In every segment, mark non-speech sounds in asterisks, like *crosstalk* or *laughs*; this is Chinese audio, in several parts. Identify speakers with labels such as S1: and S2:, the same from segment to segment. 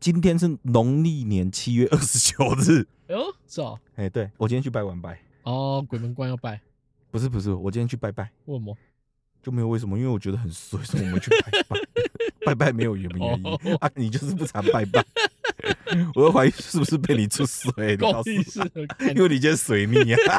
S1: 今天是农历年七月二十九日。
S2: 哎呦，是哦，
S1: *laughs* 哎，对我今天去拜完拜，
S2: 哦，鬼门关要拜，
S1: 不是不是，我今天去拜拜
S2: 为什么？
S1: 就没有为什么，因为我觉得很衰，所以我们去拜 *laughs* 拜。拜拜没有原本原因、
S2: 哦
S1: 啊，你就是不常拜 *laughs* 拜。我又怀疑是不是被你出水，你告
S2: 够
S1: 诉
S2: 意
S1: 我
S2: 思了，干
S1: 因为你今天水逆啊，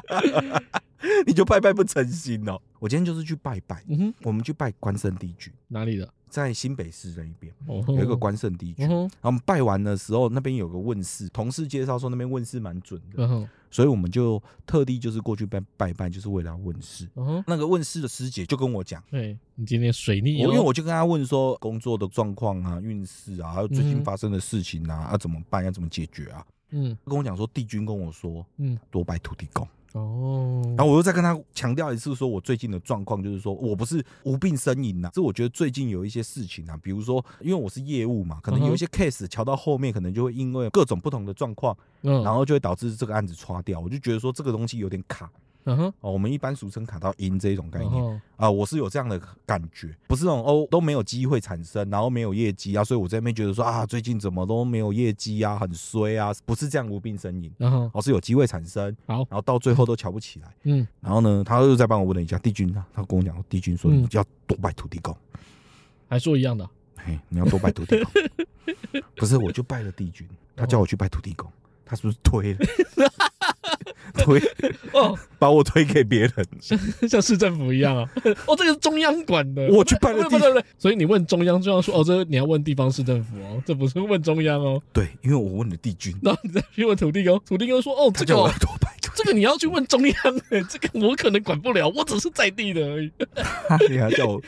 S1: *laughs* 你就拜拜不诚心哦。我今天就是去拜拜，
S2: 嗯哼，
S1: 我们去拜关圣帝君，
S2: 哪里的？
S1: 在新北市那一边
S2: 哦，
S1: 有一个，关圣帝君。
S2: 嗯
S1: 然
S2: 哼，
S1: 后我们拜完的时候，那边有个问世，同事介绍说那边问世蛮准的，
S2: 嗯哼，
S1: 所以我们就特地就是过去拜拜拜，就是为了要问世。
S2: 嗯哼，
S1: 那个问世的师姐就跟我讲，
S2: 对你今天水
S1: 我
S2: 逆哦，
S1: 因为我就跟她问说工作的状况啊、运势啊，还有最
S2: 嗯
S1: 近
S2: 哼
S1: 发生的事情啊，要、啊、怎么办，要、怎么解决啊？
S2: 嗯
S1: 跟我讲说，帝君跟我说
S2: 嗯，
S1: 多拜土地公。
S2: 哦，
S1: 然后我又再跟他强调一次，说我最近的状况就是说我不是无病呻吟啊呐、是我觉得最近有一些事情啊，比如说因为我是业务嘛，可能
S2: 嗯哼
S1: 有一些 case 瞧到后面，可能就会因为各种不同的状况，
S2: 嗯，
S1: 然后就会导致这个案子刷掉。我就觉得说这个东西有点卡
S2: 嗯哼，
S1: 哦，我们一般俗称卡到阴这一种概
S2: 然
S1: 念
S2: 后
S1: 啊，我是有这样的感觉，不是那种哦都没有机会产生，然后没有业绩啊，所以我在那边觉得说啊最近怎么都没有业绩啊，很衰啊，不是这样无病呻吟，
S2: 然后
S1: 而是有机会产生，
S2: 好
S1: 然后到最后都瞧不起来。
S2: 嗯
S1: 然后呢，他又再帮我问了一下帝君啊，他跟我讲，帝君说
S2: 嗯
S1: 你要多拜土地公，
S2: 还说一样的，啊
S1: 嘿，你要多拜土地公。不是，我就拜了帝君，他叫我去拜土地公，他是不是推了？ *laughs* 推
S2: 哦，
S1: 把我推给别人，
S2: *laughs* 像市政府一样 *laughs* 啊，哦，这个是中央管的，
S1: 我去拜了
S2: 不
S1: 帝
S2: 对不对，所以你问中央，中央说哦，这你要问地方市政府哦，这不是问中央哦，
S1: 对，因为我问了帝君，
S2: 然后你再去问土地公，土地公说哦，
S1: 他
S2: 这
S1: 叫
S2: 个
S1: 我
S2: 哦
S1: 要多拜土
S2: 这个你要去问中央、欸，这个我可能管不了，我只是在地的而已。
S1: 他等一下叫我，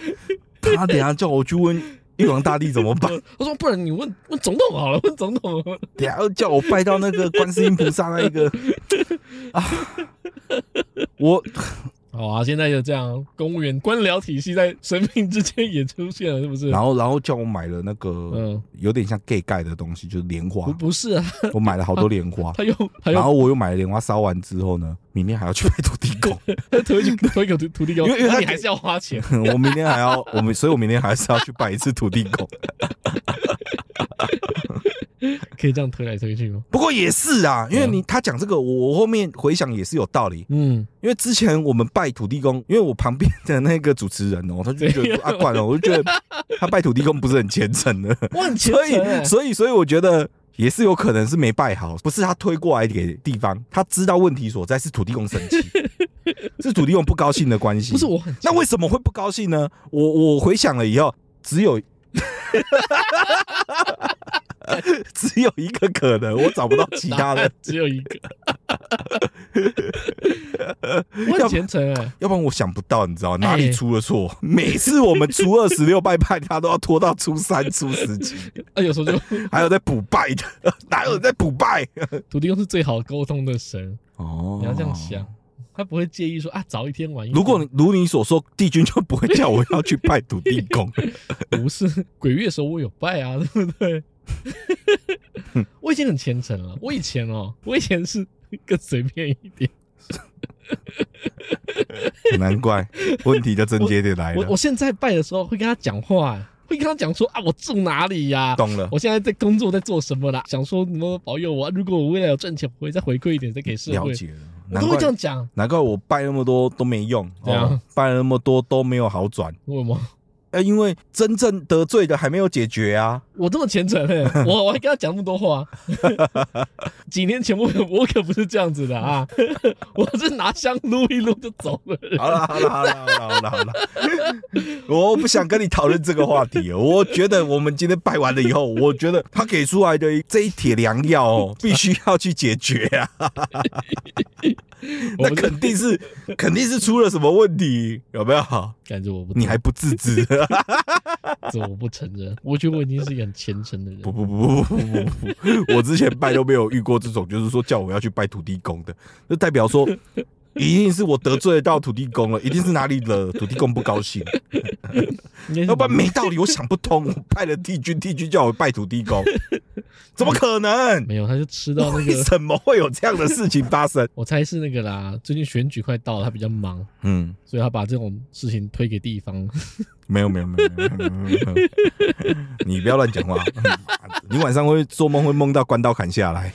S1: 他等一下叫我去问玉皇大帝怎么
S2: *laughs*
S1: 办，
S2: 我说不然你问问总统好了，问总统好了。
S1: 等一下又叫我拜到那个观世音菩萨那一
S2: *laughs*
S1: 个啊，我
S2: 好啊，现在就这样，公务员官僚体系在生命之间也出现了，是不是？
S1: 然后然后叫我买了那个
S2: 嗯，
S1: 有点像 gay 盖的东西，就是莲花
S2: 不，哎不是啊，
S1: 我买了好多莲
S2: *laughs*
S1: 花，
S2: 他又他
S1: 然
S2: 又
S1: 后我又买了莲花烧完之后呢，明天还要去拜土地
S2: *laughs*
S1: 公，
S2: 他推一个推一个土土地公，
S1: 因为因为他
S2: 那你
S1: 给
S2: 还是要花钱。
S1: 我明天还要我们，所以我明天还是要去拜一次土地公。
S2: 可以这样推来推去吗？
S1: 不过也是啊，因为你他讲这个，我我后面回想也是有道理。
S2: 嗯，
S1: 因为之前我们拜土地公，因为我旁边的那个主持
S2: *laughs*
S1: 人哦、他就觉得说啊，管了，我就觉得他拜土地公不是很虔诚
S2: *laughs*
S1: 的，
S2: 我很虔
S1: 所
S2: 诚欸、
S1: 以所以所以我觉得。也是有可能是没拜好，不是他推过来给地方，他知道问题所在，是土地公生
S2: *laughs*
S1: 气，是土地公不高兴的关系。
S2: 不是我很虔
S1: 那为什么会不高兴呢？我我回想了以后，只有只有一个可能，我找不到其他的，
S2: 只有一个，我很虔诚哎、
S1: 要不然我想不到，你知道哪里
S2: 哎
S1: 出了错？每次我们初二十六拜拜，他都要拖到初三、初十几，
S2: 啊，有时候就
S1: 还有在补拜的，哪有人在补拜？
S2: 土地公是最好沟通的神，
S1: 哦
S2: 你要这样想，。他不会介意说啊，早一天晚一天。
S1: 如果你如你所说，帝君就不会叫我要去拜土地公。
S2: 不是鬼月的时候我有拜啊，对不对？ *laughs* 我已经很虔诚了。我以前哦，我以前是更随便一点。
S1: 难怪问题的症结点来
S2: 我
S1: 了
S2: 我。现在拜的时候会跟他讲话，会跟他讲说啊，我住哪里呀、
S1: 懂了，
S2: 我现在在工作，在做什么啦？想说什么保佑我啊？如果我未来有赚钱，我会再回馈一点，再给社
S1: 了
S2: 会。
S1: 解了。
S2: 我
S1: 难
S2: 都
S1: 怪
S2: 会这样讲，
S1: 难怪我拜那么多都没用，
S2: *laughs* 对啊
S1: 哦，拜了那么多都没有好转。
S2: 为什么？
S1: 呃，因为真正得罪的还没有解决
S2: *laughs*
S1: 啊！
S2: 我这么虔诚、欸，
S1: *laughs*
S2: 我我还跟他讲那么多话。 *laughs* 几年前我可我可不是这样子的啊， *laughs* 我是拿香撸一撸就走了。
S1: 好了好了好了好了好了好了， *laughs* 我不想跟你讨论这个话题了。我觉得我们今天拜完了以后，我觉得他给出来的这一帖良药
S2: *laughs*
S1: 哦，必须要去解决啊！那
S2: 我们就
S1: 肯定是肯定是出了什么问题，有没有？
S2: 感觉我不
S1: 你还不自知？
S2: 这我不承认，我觉得我已经是一个很虔诚的人。
S1: 不不不不不不不不！我之前拜都没有遇过这种，就是说叫我要去拜土地公的，就代表说一定是我得罪到土地公了，一定是哪里惹土地公不高兴，
S2: 应该是
S1: 要不然没道理，我想不通。我拜了帝君，帝君叫我拜土地公，怎么可能？
S2: 没有，他就吃到那
S1: 为
S2: 个，
S1: 什么会有这样的事情发生？
S2: 我猜是那个啦。最近选举快到了，他比较忙，
S1: 嗯，
S2: 所以他把这种事情推给地
S1: *laughs*
S2: 方。
S1: 没有没有没有没有没有没有，没有你不要乱讲
S2: *laughs*
S1: 话，你晚上会做梦会梦到关刀砍下来。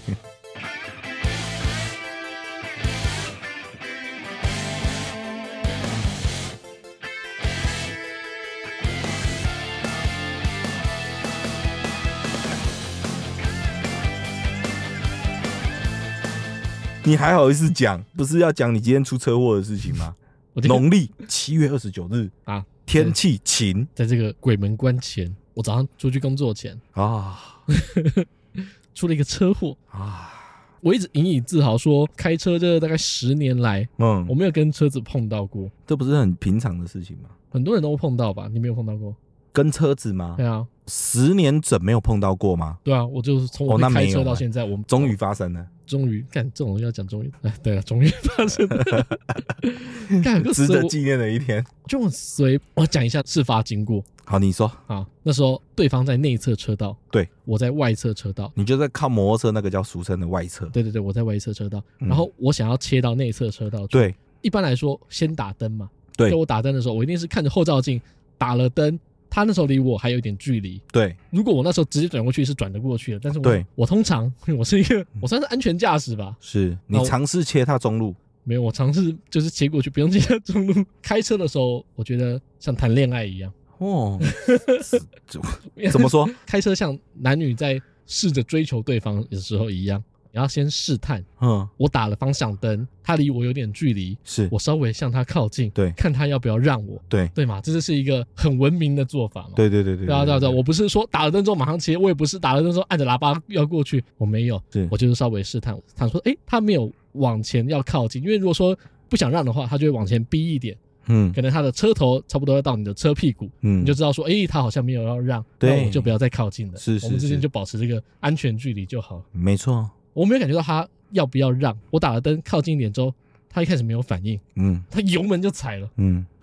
S1: 你还好意思讲？不是要讲你今天出车祸的事情吗？
S2: 我这个
S1: 农历七月二十九日
S2: 啊，
S1: 天气晴
S2: 在这个鬼门关前，我早上出去工作前
S1: 啊
S2: 出了一个车祸。
S1: 啊，
S2: 我一直引以自豪说，开车这大概十年来，我
S1: 嗯，
S2: 没有跟车子碰到过。
S1: 这不是很平常的事情吗？
S2: 很多人都碰到吧？你没有碰到过？
S1: 跟车子吗
S2: 对？啊，
S1: 十年整没有碰到过吗？
S2: 对啊，我就是从
S1: 哦
S2: 我
S1: 那
S2: 会开
S1: 没有
S2: 车到
S1: 欸
S2: 现在，我们
S1: 终于发生了，
S2: 终于干这种东西要讲终于，哎， *laughs* 对了，终于发生
S1: *laughs*
S2: 了，干个
S1: 值
S2: 我
S1: 得纪念的一天。
S2: 就很随我讲一下事发经过
S1: 好，你说，
S2: 啊。那时候对方在内侧车道，
S1: 对
S2: 我在外侧车道，
S1: 你就在靠摩托车那个叫俗称的外侧，
S2: 对对对，我在外侧车道，
S1: 嗯
S2: 然后我想要切到内侧车道去。
S1: 对
S2: 一般来说先打灯嘛，
S1: 对
S2: 就我打灯的时候，我一定是看着后照镜打了灯，他那时候离我还有一点距离，
S1: 对
S2: 如果我那时候直接转过去是转得过去的，但是我
S1: 对嗯
S2: 我通常 *laughs* 我是一个我算是安全驾驶吧，
S1: 是你
S2: 那我
S1: 尝试切踏中路，
S2: 没有我尝试就是切过去，不用记得中路。开车的时候，我觉得像谈恋爱一样， *laughs*
S1: 哦， *laughs* 怎么说？
S2: 开车像男女在试着追求对方的时候一样，你要先试探。
S1: 嗯，
S2: 我打了方向灯，他离我有点距离，
S1: 是
S2: 我稍微向他靠近，
S1: 对
S2: 看他要不要让我，
S1: 对
S2: 对嘛？这就是一个很文明的做法嘛。
S1: 对对对对
S2: 对啊，对啊，对啊，我不是说打了灯之后马上切，我也不是打了灯之后按着喇叭要过去，我没有
S1: 是，
S2: 我就是稍微试探，他说，诶，他没有往前要靠近，因为如果说不想让的话，他就会往前逼一点，
S1: 嗯
S2: 可能他的车头差不多要到你的车屁股，
S1: 嗯
S2: 你就知道说，诶，他好像没有要让，
S1: 对
S2: 那我就不要再靠近了，
S1: 是是
S2: 我们之间
S1: 是
S2: 就保持这个安全距离就好了。
S1: 没错，
S2: 我没有感觉到他要不要让，我打了灯靠近一点之后，他一开始没有反应，
S1: 嗯
S2: 他油门就踩了。
S1: 嗯
S2: *laughs*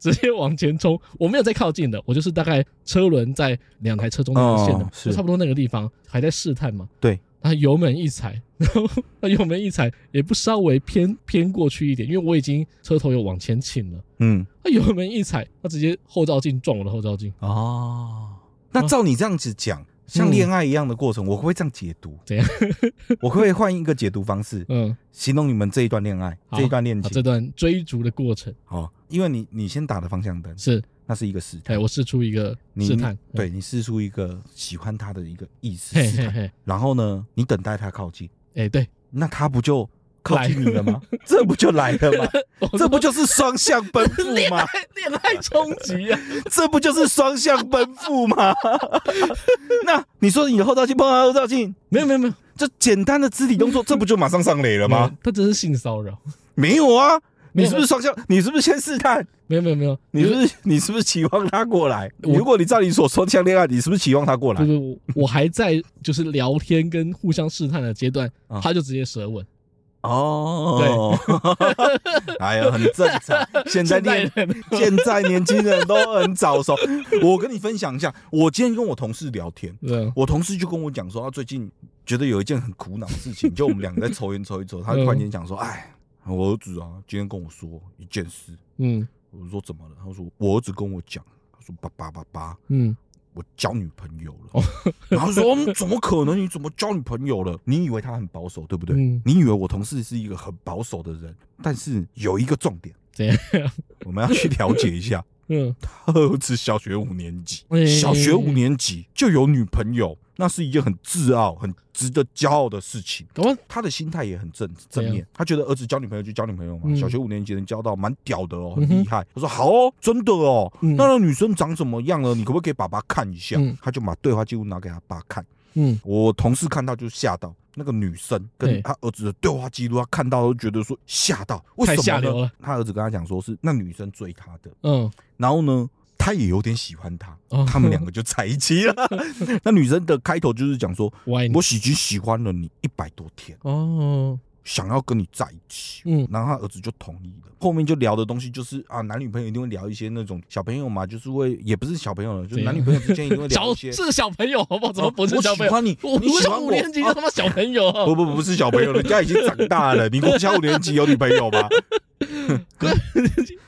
S2: 直接往前冲，我没有再靠近的，我就是大概车轮在两台车中间的线的，
S1: 哦是
S2: 就差不多那个地方，还在试探嘛。
S1: 对，
S2: 他油门一踩，然后他油门一踩也不稍微偏 *laughs* 偏过去一点，因为我已经车头有往前倾了。
S1: 嗯
S2: 他油门一踩，他直接后照镜撞我的后照镜，
S1: 哦，那照你这样子讲，像
S2: 嗯
S1: 恋爱一样的过程，我会不会这样解读？
S2: 怎样？ *laughs*
S1: 我可不可以换一个解读方式，
S2: 嗯，
S1: 形容你们这一段恋爱，
S2: 好
S1: 这一段恋
S2: 啊，
S1: 情
S2: 这。段追逐的过程
S1: 哦，因为你你先打的方向灯，
S2: 是，
S1: 那是一个试探
S2: 哎，，我试出一个
S1: 你
S2: 试探，
S1: 对你试出一个喜欢他的一个意思
S2: 嘿
S1: 试
S2: 嘿
S1: 探，
S2: 嘿，
S1: 然后呢，你等待他靠近，
S2: 哎，对，
S1: 那他不就靠近你了
S2: *laughs*
S1: 吗？这不就来了吗？这不就是双向奔赴
S2: *laughs* 恋爱
S1: 吗？
S2: 恋爱冲击啊，
S1: *laughs* 这不就是双向奔赴吗？ *laughs* 那你说你的后照镜碰到后照镜，
S2: 没有没有没有，
S1: 这简单的肢体动作，这不就马上上垒了
S2: 没有
S1: 吗？？
S2: 他只是性骚扰，
S1: 没有啊，你
S2: 没有
S1: 是不是双向？你是不是先试探？
S2: 没有没有没有，
S1: 你是不是你是不是期望他过来？
S2: 我
S1: 如果你照你所说像恋爱，你是不是期望他过来
S2: 不？不，我我 *laughs* 还在就是聊天跟互相试探的阶段
S1: 啊，
S2: 他就直接舌吻。
S1: 哦， *laughs* 哎呀，很正常。现在
S2: *laughs* 现代
S1: 年 *laughs*
S2: 人
S1: 现在年轻人都很早熟。我跟你分享一下，我今天跟我同事聊天，
S2: 对，啊
S1: 我同事就跟我讲说，他最近觉得有一件很苦恼的事情，就我们两个在抽烟抽一抽，他就突然间讲说，哎，我儿子啊，今天跟我说一件事，
S2: 嗯
S1: 我说怎么了？他说我儿子跟我讲，他说爸爸爸爸，
S2: 嗯，
S1: 我交女朋友了。 *laughs* 然后说、嗯、怎么可能？你怎么交女朋友了？你以为他很保守，对不对？
S2: 嗯
S1: 你以为我同事是一个很保守的人，但是有一个重点，
S2: 怎样？
S1: 我们要去了解一下。
S2: 嗯，
S1: 他儿子小学五年级，
S2: 哎
S1: 小学五年级就有女朋友，那是一件很自傲、很值得骄傲的事情。
S2: 搞完
S1: 他的心态也很正正
S2: 怎
S1: 面，他觉得儿子交女朋友就交女朋友嘛，
S2: 嗯
S1: 小学五年级能交到蛮屌的哦，
S2: 嗯
S1: 很
S2: 哼
S1: 厉害。他说好哦，真的哦，
S2: 嗯
S1: 那那女生长什么样呢？你可不可以给爸爸看一下？
S2: 嗯
S1: 他就把对话记录拿给他爸看，
S2: 嗯
S1: 我同事看到就吓到。那个女生跟
S2: 对
S1: 他儿子的对话记录，他看到都觉得说吓到，为
S2: 太
S1: 什
S2: 下
S1: 么
S2: 流
S1: 呢
S2: 了？
S1: 他儿子跟他讲说是那女生追他的，
S2: 嗯，
S1: 然后呢，他也有点喜欢她，
S2: 哦
S1: 他
S2: *laughs*
S1: 们两个就在一起了。那女生的开头就是讲说，
S2: 我爱你
S1: 我已经喜欢了你一百多天，
S2: 哦，
S1: 想要跟你在一起。
S2: 嗯
S1: 然后他儿子就同意了。后面就聊的东西就是啊，男女朋友一定会聊一些那种小朋友嘛，就是会也不是小朋友了，就是
S2: 对
S1: 男女朋友之间一定会聊
S2: *laughs* 小
S1: 一些。
S2: 是小朋友好不好？怎么
S1: 啊
S2: 不是
S1: 我
S2: 小朋友？
S1: 喜欢你
S2: 我
S1: 你喜
S2: 小
S1: 欢
S2: 五
S1: 我
S2: 年级就
S1: 啊
S2: 他妈小朋友啊，
S1: *laughs* 不不不不是小朋友，人家已经长大了。你国小五年级有女朋友
S2: *laughs*
S1: 吗？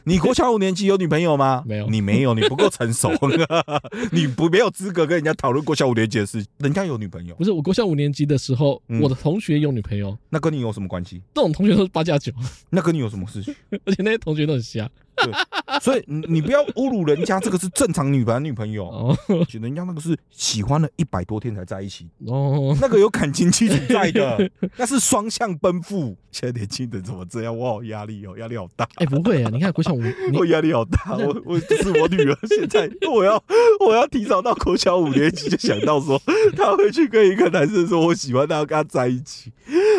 S1: 你国小五年级有女朋友吗？
S2: 没有
S1: 你没有，你不够成熟，啊你不没有资格跟人家讨论国小五年级的事。人家有女朋友，
S2: 不是我国小五年级的时候，
S1: 嗯
S2: 我的同学有女朋友，
S1: 那跟你有什么关系？
S2: 这种同学都是八加九， *laughs*
S1: 那跟你有什么事情？
S2: 而且那些同学都很瞎
S1: 所以你你不要侮辱人家，这个是正常女男女朋友，
S2: 哦
S1: 人家那个是喜欢了一百多天才在一起，
S2: 哦，
S1: 那个有感情基础在
S2: *laughs*
S1: 的，那是双向奔赴。现在年轻人怎么这样？我好压力哦，压力好大。
S2: 哎、不会啊，你看国小五，你
S1: *laughs* 我压力好大，我我就是我女儿，现
S2: *laughs*
S1: 在我要我要提早到国小五年级就想到
S2: *laughs*
S1: 说，她会去跟一个男生说我喜欢他，要跟他在一起。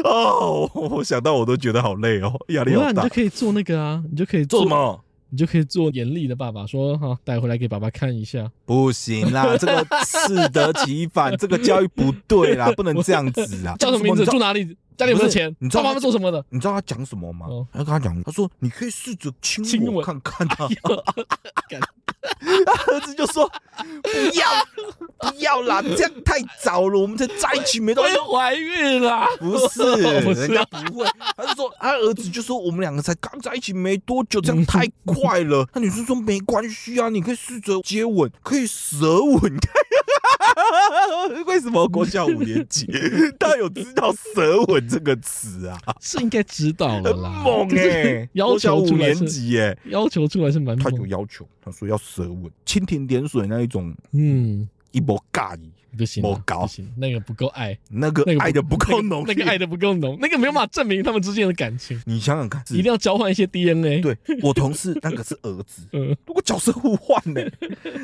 S1: 哦，我想到我都觉得好累哦，压力
S2: 不会
S1: 好
S2: 啊，你
S1: 大
S2: 就。可以做那个啊，你就可以
S1: 做
S2: 做
S1: 什，么？
S2: 你就可以做严厉的爸爸，说哈带回来给爸爸看一下。
S1: 不行
S2: *laughs*
S1: 啦，这个适得其反，这个教育不对
S2: *laughs*
S1: 啦，不能这样子啊！
S2: 叫什么名
S1: 你
S2: 字？
S1: 知道
S2: 住哪里？家里有没有钱？
S1: 不是你知
S2: 爸
S1: 道
S2: 爸妈妈做什么的？
S1: 你知道他讲什么吗
S2: 哦？
S1: 他跟他讲，他说你可以试着
S2: 亲
S1: 亲
S2: 我
S1: 我看看啊。 *laughs*
S2: 干
S1: 他儿子就说不要不要啦，这样太早了，我们才在一起没多久。
S2: 我怀孕啦！
S1: 不
S2: *laughs* 不
S1: 是，
S2: 是啊
S1: 人家不会，他就说他啊儿子就说我们两个才刚在一起没多久，这样太快
S2: *laughs*
S1: 了。那女生说没关系啊，你可以试着接吻，可以舌吻。 *laughs* 为什么国小五年级他有知道舌吻这个词啊？
S2: 是应该知道了
S1: 很
S2: 啦。
S1: 猛
S2: 可
S1: 哎、
S2: 是
S1: 欸，
S2: *laughs* 要
S1: 国小
S2: 求
S1: 五
S2: 出来
S1: 年
S2: 是
S1: 级耶、
S2: 要求出来是蛮
S1: 他有
S2: 猛，
S1: 要求，他说要舌吻，蜻蜓点水那一种，
S2: 嗯，
S1: 一波尬意，
S2: 不行啊，
S1: 没搞
S2: 不行，那个不够爱，
S1: 那个
S2: 那个
S1: 爱的不够浓
S2: 那个，那个爱
S1: 烈。
S2: 的不够浓，那个没有办法证明他们之间的感情，
S1: 你想想看，是
S2: 一定要交换一些 DNA。，
S1: 对我同事那个是儿子，
S2: 嗯，
S1: 如果角色互换
S2: *laughs*
S1: 呢、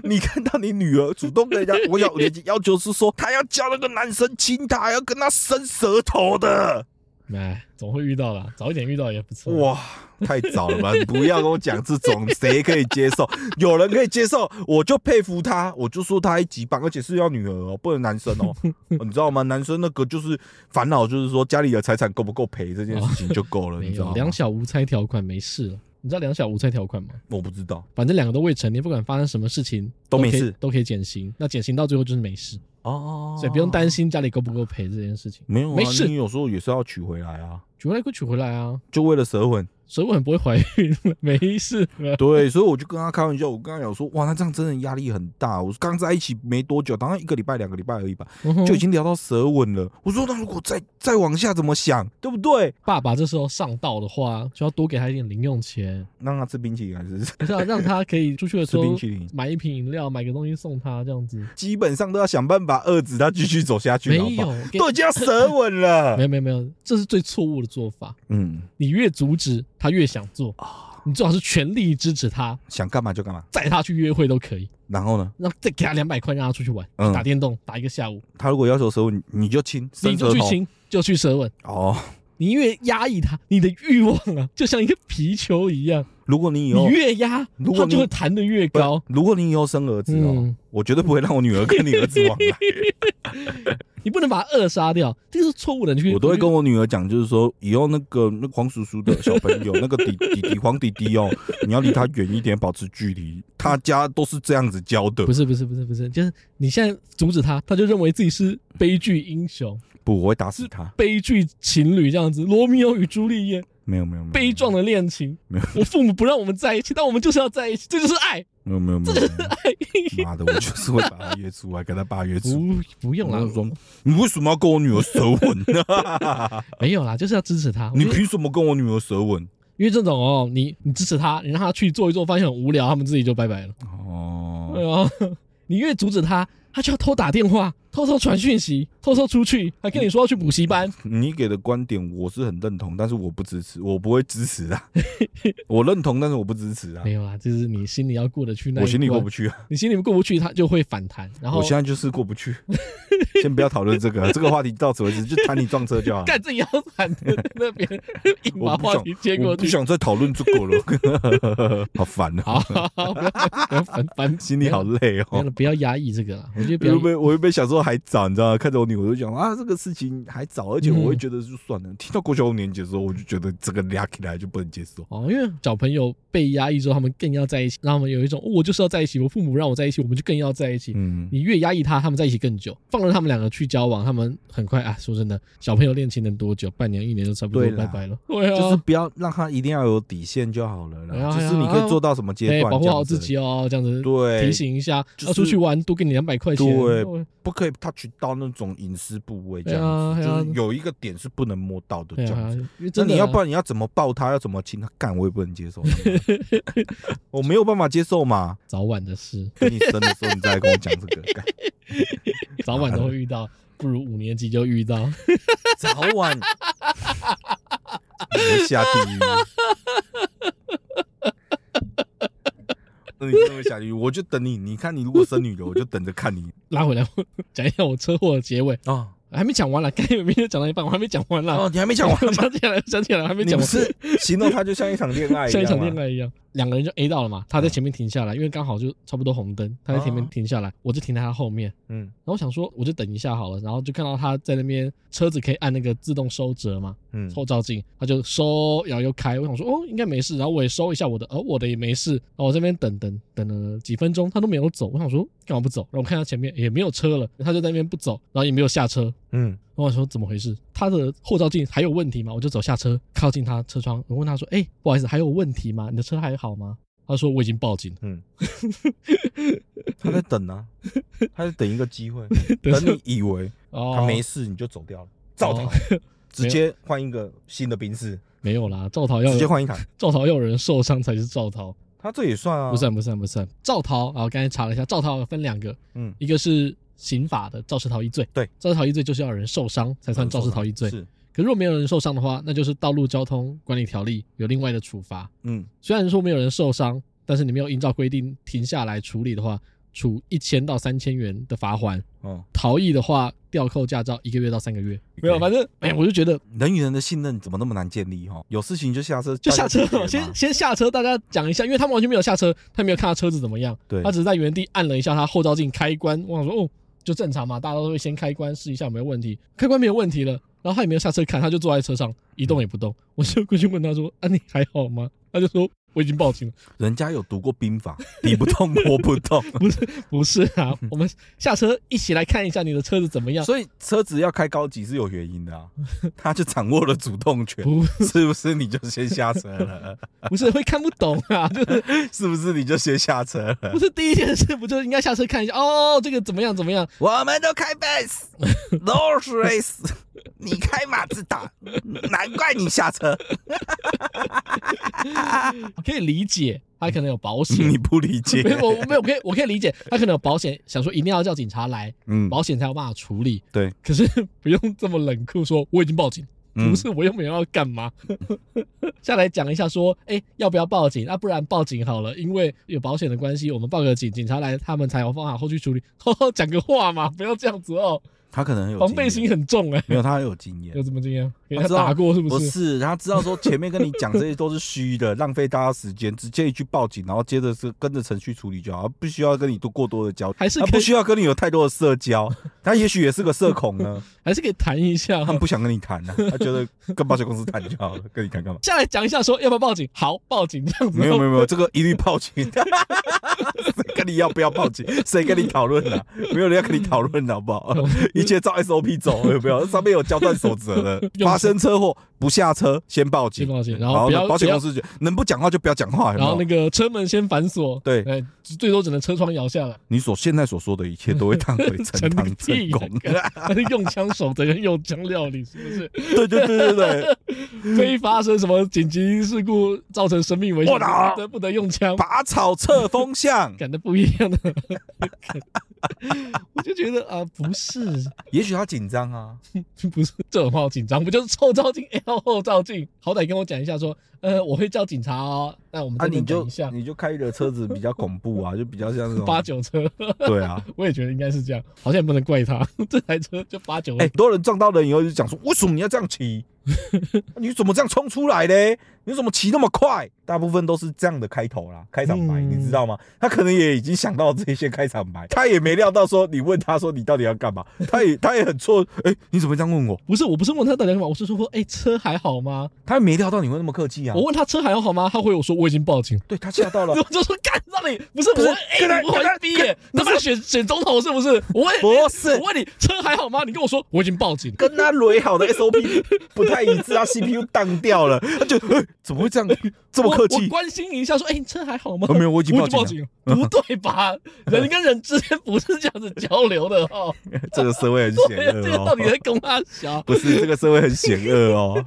S1: 你看到你女儿主动跟人家，我要年纪要求是说，她要叫那个男生亲她，还要跟他伸舌头的。
S2: 哎，总会遇到啦，早一点遇到也不错。
S1: 哇，太早了吧！你不要跟我讲这种，谁可以接受？有人可以接受，我就佩服他，我就说他一级棒，而且是要女儿哦，不能男生
S2: *laughs*
S1: 哦，你知道吗？男生那个就是烦恼，就是说家里的财产够不够赔这件事情就够了，
S2: 没
S1: 你知
S2: 有
S1: 道
S2: 两
S1: 吗？
S2: 小无猜条款没事了。你知道两小无猜条款吗？
S1: 我不知道
S2: 反正两个都未成年，不管发生什么事情
S1: 都
S2: 可以
S1: 没事
S2: 都可以减刑。那减刑到最后就是没事，
S1: 哦
S2: 所以不用担心家里够不够赔这件事情。
S1: 没有、啊，
S2: 没事
S1: 你有时候也是要娶回来啊，
S2: 娶回来归娶回来啊，
S1: 就为了舌吻。
S2: 所以我很不会怀孕 *laughs* 了，没事啊了。
S1: 对，所以我就跟他开玩笑，我跟他讲说，哇，那这样真的压力很大。我刚在一起没多久，当然一个礼拜、两个礼拜而已吧，
S2: 嗯哼
S1: 就已经聊到舌吻了。我说，那如果再再往下怎么想，对不对？
S2: 爸爸这时候上道的话，就要多给他一点零用钱，
S1: 让他吃冰淇淋还是 *laughs*
S2: 不是啊让他可以出去的时
S1: 吃
S2: 候
S1: 冰淇淋？
S2: 买一瓶饮料，买个东西送他这样子。
S1: 基本上都要想办法遏制他继续走下去，
S2: 没
S1: 好不
S2: 有
S1: 好？，
S2: 给
S1: 都已经要舌吻了
S2: 没。有没有没有，这是最错误的做法。
S1: 嗯，
S2: 你越阻止他越想做，
S1: 哦
S2: 你最好是全力支持他，
S1: 想干嘛就干嘛。
S2: 载他去约会都可以。
S1: 然后呢，
S2: 然后再给他两百块，让他出去玩，
S1: 嗯
S2: 打电动，打一个下午，
S1: 他如果要求舌吻，你就亲，
S2: 你
S1: 伸
S2: 就
S1: 舌
S2: 去
S1: 头。
S2: 亲，就去舌吻。
S1: 哦，
S2: 你越压抑他，你的欲望啊，就像一个皮球一样，
S1: 如果你以
S2: 你
S1: 后
S2: 越压，
S1: 如
S2: 它
S1: 果
S2: 就会
S1: 你
S2: 弹得越高。
S1: 如果你以后生儿子哦，
S2: 嗯
S1: 我绝对不会让我女儿跟你儿子往来。
S2: 你不能把它扼杀掉，这个是错误的。你 *laughs* 去，
S1: 我都会
S2: 你去
S1: 跟我女儿讲，就是说以后那个那个黄叔叔的小朋友，那个弟弟弟黄弟弟哦，你要离他远一点，保持距离。他家都是这样子教的
S2: 不，是不是不是不是，就是你现在阻止他，他就认为自己是悲剧英雄、
S1: 不，我会打死他。
S2: 悲剧情侣这样子，罗密欧与朱丽叶，
S1: 没有没有没有，
S2: 悲壮的恋情
S1: 没有。
S2: *laughs* 我父母不让我们在一起，但我们就是要在一起，这就是爱，
S1: 没有没有没有
S2: 这
S1: 没
S2: 就
S1: 有
S2: 是
S1: 没
S2: 爱。
S1: 有，妈的，我就是会把他约出来，跟他爸约
S2: *laughs*
S1: 出来。
S2: 不不用啦
S1: 我就，说，你为什么要跟我女儿舌
S2: *laughs*
S1: 吻呢？
S2: 没有啦，就是要支持他。我
S1: 你
S2: 觉得
S1: 凭什么跟我女儿舌吻？
S2: 因为这种哦，你你支持他，你让他去做一做，发现很无聊，他们自己就拜拜了。对
S1: 哦，
S2: 啊， *laughs* 你越阻止他，他就要偷打电话、偷偷传讯息、偷偷出去，还跟你说要去补习班。
S1: 你给的观点我是很认同，但是我不支持，我不会支持
S2: *laughs*
S1: 啊。我认同，但是我不支持啊
S2: 没。有啦，就是你心里要过得去那一关
S1: 我心里过不去啊。
S2: 你心里过不去，他就会反弹。然后
S1: 我现在就是过不去。 *laughs* 先不要讨论这
S2: *laughs*
S1: 个，这个话题到此为止，就谈你撞车就好。
S2: 干自己要反弹那边， *laughs* 硬把
S1: 我不
S2: 话
S1: 想
S2: 题接，
S1: 我
S2: 过
S1: 不
S2: 去。
S1: 想再讨论这个了，好烦啊！
S2: *laughs* 好，不要反反反，
S1: *laughs* 心里好累
S2: 没有
S1: 哦。
S2: 了，不要压抑这个啦。我觉些
S1: 我
S2: 表
S1: 原
S2: 演，
S1: 本我原本想说还早，你知道吗？看着我女，我就讲啊，这个事情还早，而且我会
S2: 嗯
S1: 觉得就算了。听到国小五年级的时候，我就觉得这个俩起来就不能接受。
S2: 哦，因为小朋友被压抑之后，他们更要在一起，让他们有一种、哦我就是要在一起，我父母让我在一起，我们就更要在一起。
S1: 嗯，
S2: 你越压抑他，他们在一起更久。放任他们两个去交往，他们很快啊，说真的，小朋友恋情能多久？半年、一年就差不多
S1: 对啦
S2: 拜拜了。对
S1: 就是
S2: 啊，
S1: 不要让他一定要有底线就好了
S2: 哎呀
S1: 啦。就是你可以做到什么阶
S2: 对，
S1: 段，
S2: 保护
S1: 这样
S2: 好
S1: 子
S2: 自己哦，这样子。
S1: 对，
S2: 提醒一下，
S1: 就是
S2: 要出去玩多给你两百块钱。
S1: 对
S2: 哦
S1: 不可以 touch 到那种隐私部位，这样
S2: 哎
S1: 子、
S2: 呀哎呀
S1: 就是有一个点是不能摸到的这
S2: 对
S1: 样
S2: 啊
S1: 子。，
S2: 因为
S1: 那
S2: 真的
S1: 你
S2: 啊
S1: 要不然你要怎么抱他，要怎么亲他，干我也不能接受， *laughs* 我没有办法接受嘛。
S2: 早晚
S1: *laughs*
S2: 的事，
S1: 等你生的时候，你再来跟我讲这
S2: *laughs*
S1: 个，干
S2: 早晚都会遇到，不如五年级就遇到。 *laughs*
S1: 早晚你会下地狱。 *laughs* 那你真的会下地狱，我就等你。你看你如果生女的，我就等着看你
S2: 拉回来，我 *laughs* 讲一下我车祸的结尾，
S1: 啊
S2: 还没讲完 *laughs* 了，刚才明明就讲到一半，我还没讲完啦。
S1: 哦，你还没讲完
S2: *laughs*
S1: 吗？
S2: 想起来了，想起来了，还没
S1: 你
S2: 讲
S1: 不
S2: 完。
S1: 是形容它就像一场恋爱一样吗，啊嗯
S2: *laughs* 像一场恋爱一样，两个人就 A 到了嘛，他在前面停下来，因为刚好就差不多红灯，他在前面
S1: 啊
S2: 停下来，我就停在他后面。
S1: 嗯
S2: 然后我想说，我就等一下好了，然后就看到他在那边车子可以按那个自动收折嘛，
S1: 嗯，
S2: 后照镜，他就收，然后又开。我想说，哦，应该没事，然后我也收一下我的，哦，我的也没事。然后我这边等等等了几分钟，他都没有走。我想说，干嘛不走？然后我看他前面也没有车了，他就在那边不走，然后也没有下车。
S1: 嗯
S2: 然后我说怎么回事？他的后照镜还有问题吗？我就走下车，靠近他车窗，我问他说：“哎、不好意思，还有问题吗？你的车还好吗？”他说：“我已经报警了。
S1: 嗯，他在等啊，他在等一个机会，
S2: *laughs* 等
S1: 等你以为
S2: 哦”
S1: 他没事，你就走掉了，造逃
S2: 哦，
S1: *laughs* 直接换一个新的兵士，
S2: 没有啦，赵桃要
S1: 直接换一台，
S2: 赵桃要有人受伤才是赵桃，
S1: 他这也算啊，
S2: 不，算不算不算。赵桃啊，我刚才查了一下，赵桃分两个，
S1: 嗯，
S2: 一个是刑法的肇事逃逸罪，
S1: 对，嗯
S2: 肇事逃逸罪就是要有人受伤才算肇事逃逸罪。
S1: 是，
S2: 可如果没有人受伤的话，那就是《道路交通管理条例》有另外的处罚。
S1: 嗯，
S2: 虽然说没有人受伤，但是你没有依照规定停下来处理的话，处一千到三千元的罚款；
S1: 哦，
S2: 逃逸的话，吊扣驾照一个月到三个月。没有，
S1: 对
S2: 反正哎，我就觉得
S1: 人与人的信任怎么那么难建立哈？有事情就下车，
S2: 就下车
S1: 大家，解决嘛
S2: 先先下车，大家讲一下，因为他们完全没有下车，他没有看他车子怎么样，
S1: 对
S2: 他，只是在原地按了一下他后照镜开关，我想说哦，就正常嘛，大家都会先开关试一下有没有问题，开关没有问题了，然后他也没有下车看，他就坐在车上一动也不动，我就过去问他说啊你还好吗？他就说我已经报警了。
S1: 人家有读过兵法， *laughs* 敌不动我不
S2: *laughs*
S1: 动，
S2: 不是
S1: *laughs*
S2: 啊，我们下车一起来看一下你的车子怎么样。
S1: 所以车子要开高级是有原因的
S2: *laughs*
S1: 啊，他就掌握了主动权，
S2: 不
S1: 是不是？你就先下车了，
S2: *laughs* 不是会看不懂啊，
S1: *laughs*
S2: 就是
S1: 是不是？你就先下车了
S2: 不。是第一件事不就应该下车看一下哦，这个怎么样怎么样？
S1: 我们都开
S2: *laughs*
S1: Benz，Rolls Royce，你开马自达，难怪你下车。
S2: 可以理解，他可能有保险
S1: *laughs* 你，不理解
S2: 没，有我没有我可以我可以理解，他可能有保险，想说一定要叫警察来，
S1: 嗯，
S2: 保险才有办法处理。
S1: 对，
S2: 可是不用这么冷酷说我已经报警，
S1: 嗯
S2: 不是我又没有要干嘛。 *laughs* 下来讲一下说，哎、要不要报警？啊，不然报警好了，因为有保险的关系，我们报个警，警察来他们才有办法后续处理。 *laughs* 讲个话嘛，不要这样子哦，
S1: 他可能很有
S2: 防备
S1: 经验
S2: 心很重哎、
S1: 没有，他很有经
S2: *laughs*
S1: 验
S2: 有。什么经验？给
S1: 他
S2: 他
S1: 知道
S2: 打过是不
S1: 不
S2: 是？
S1: 是，啊他知道说前面跟你讲这些都是虚的，浪费大家时间，直接一句报警，然后接着是跟着程序处理就好，不需要跟你多过多的交，
S2: 还是
S1: 他
S2: 可
S1: 不
S2: 以，
S1: 需要跟你有太多的社
S2: *laughs*
S1: 交，他也许也是个社恐呢，
S2: 还是可以谈一下
S1: 他。们不想跟你谈呢、他觉得跟保险公司谈就好了，跟你谈干嘛？
S2: *laughs* 下来讲一下说要不要报警？好，报警这样子。
S1: *laughs*
S2: 哦
S1: 没有没
S2: *laughs*
S1: 有没有，这个一律报警。 *laughs* 谁跟你要不要报警？谁跟你讨论呢？没有人要跟你讨论的，好不
S2: *laughs*
S1: 好？一切照 SOP 走，有没有？上面有交战守则
S2: *laughs*
S1: 的，
S2: 用
S1: 发生车祸不下车，先报警
S2: 先。报警，然
S1: 然后
S2: 后不要
S1: 保险公
S2: 司，
S1: 司就能不讲话就不要讲话，有
S2: 然后
S1: 没
S2: 那
S1: 有？
S2: 个车门先反锁。
S1: 对
S2: 哎，最多只能车窗摇下来。
S1: 你所现在所说的一切都会当
S2: *laughs*
S1: 回呈
S2: 成
S1: 堂
S2: 个
S1: 证
S2: 屁
S1: 供。
S2: *laughs* 啊还是用枪手责跟用枪料理，是不是？
S1: *laughs* 对对对对对，嗯
S2: 非发生什么紧急事故造成生命危险，
S1: 我打
S2: 不得不得用枪。
S1: 拔草测风向。 *laughs*
S2: 感的不一样的， *laughs* 我就觉得啊，不是，
S1: 也许他紧张啊，
S2: 不是，这种话我紧张，不就是后照镜 L 后照镜？好歹跟我讲一下说，呃，我会叫警察哦。那我们
S1: 啊，
S2: 这
S1: 你
S2: 边
S1: 就
S2: *laughs* 等一下，
S1: 你就开的车子比较恐怖啊，就比较像那种
S2: *laughs* 八九车，
S1: 对啊，
S2: 我也觉得应该是这样，好像也不能怪他， *laughs* 这台车就八九。
S1: 哎、很多人撞到人以后就讲说，为什么你要这样
S2: *laughs*
S1: 骑？你怎么这样冲出来嘞？你怎么骑那么快？大部分都是这样的开头啦，开场白，
S2: 嗯
S1: 你知道吗？他可能也已经想到这些开场白，他也没料到说你问他说你到底要干嘛，他
S2: *laughs*
S1: 也他也很错，哎、你怎么会这样问我？
S2: 不是，我不是问他到底干嘛，我是说，哎、车还好吗？
S1: 他也没料到你会那么客气啊
S2: 我！问他车还好吗？他回我说我已经报警了。
S1: 对他吓
S2: *laughs*
S1: 到了
S2: 我，就说干，让你不是不
S1: 不是
S2: 哎、
S1: 跟他
S2: 你不会逼耶，你他妈选选总统是不是？我问
S1: 不是
S2: 我问你车还好吗？你跟我说我已经报警了，
S1: 跟他雷好的 SOP 不太一致，他 CPU 荡掉了，他就、哎怎么会这样这么客
S2: 我我
S1: 气？
S2: 关心一下说，哎、你车还好吗？
S1: 哦没有我已经报警了嗯
S2: 我警了，不对
S1: *laughs*
S2: 吧？人跟人之间不是这样子交流的
S1: *laughs*
S2: 哦。
S1: 这个社会很
S2: 对
S1: 险
S2: 呀，这个
S1: 恶
S2: 到
S1: 哦？
S2: 底。在跟他小
S1: 不是这个社会很险恶哦，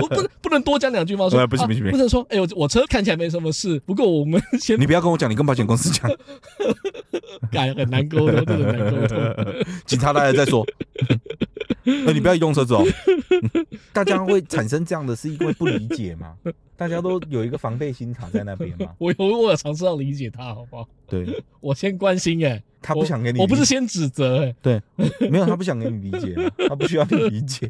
S2: 我不能不能多讲两句吗？说
S1: 哎 *laughs* 不行
S2: 啊
S1: 不行不行
S2: 不能说，哎、我我车看起来没什么事，不过我们 *laughs* 先
S1: 你不要跟我讲，你跟保险公司
S2: *laughs*
S1: 讲，
S2: 改，很难
S1: *laughs*
S2: 沟通，真的很难沟通。
S1: 警察来了再
S2: *laughs*
S1: 说。那你不要移动车子哦。大家会产生这样的，是因为不理解嘛？大家都有一个防备心卡在那边嘛？
S2: 我有我有尝试要理解他，好不好？
S1: 对，
S2: 我先关心、哎，
S1: 他不
S2: 我
S1: 想给你理，
S2: 我不是先指责、哎。
S1: 对，没有他不想给你理解啊，他不需要你理
S2: *laughs*
S1: 解。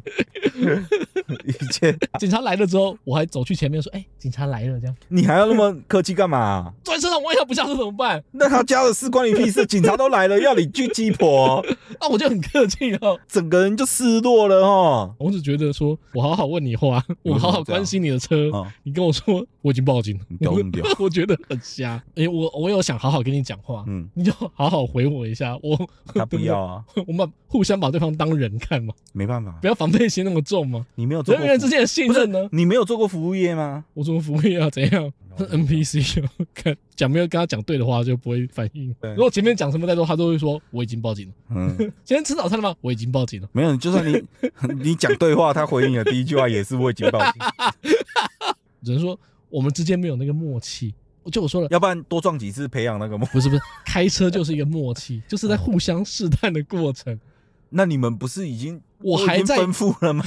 S1: 一切，
S2: 警察来了之后，我还走去前面说：“哎、警察来了。”这样
S1: 你还要那么客气干嘛、
S2: 坐在车上，万一他不下车怎么办？
S1: 那他家的事关你屁事？警察都来了，要你去鸡婆，
S2: 啊，我就很客气哦。
S1: 整个人就失落了哦。
S2: 我只觉得说，我好好问你话，
S1: 嗯
S2: 我好好关心你的车，
S1: 啊、
S2: 你跟我说我已经报警了，
S1: 你屌
S2: *laughs*
S1: 不屌
S2: 我觉得很瞎。哎、我我有想好好跟你讲话，
S1: 嗯，
S2: 你就好好回我一下。我
S1: 他不要，啊，
S2: *laughs* 我们把互相把对方当人看嘛，
S1: 没办法
S2: 不，要防备心那么重嘛。
S1: 你没有做
S2: 人
S1: 过
S2: 与人
S1: 服
S2: 之间的信任呢？
S1: 你没有做过服务业吗？
S2: 我做服务业啊，怎样？NPC 啊，看讲没有跟他讲对的话就不会反应。
S1: 对
S2: 如果前面讲什么再多，他都会说我已经报警了。
S1: 嗯，
S2: 今天吃早餐了吗？我已经报警了。
S1: 没有，就算你 *laughs* 你讲对话，他回应的第一句话也是未警报警，
S2: 只能说我们之间没有那个默契。我就我说了，
S1: 要不然多撞几次培养那个梦。
S2: 不是不是，开车就是一个默契，就是在互相试探的过程。
S1: 那你们不是已经
S2: 我还
S1: 已经
S2: 在
S1: 吩咐了吗？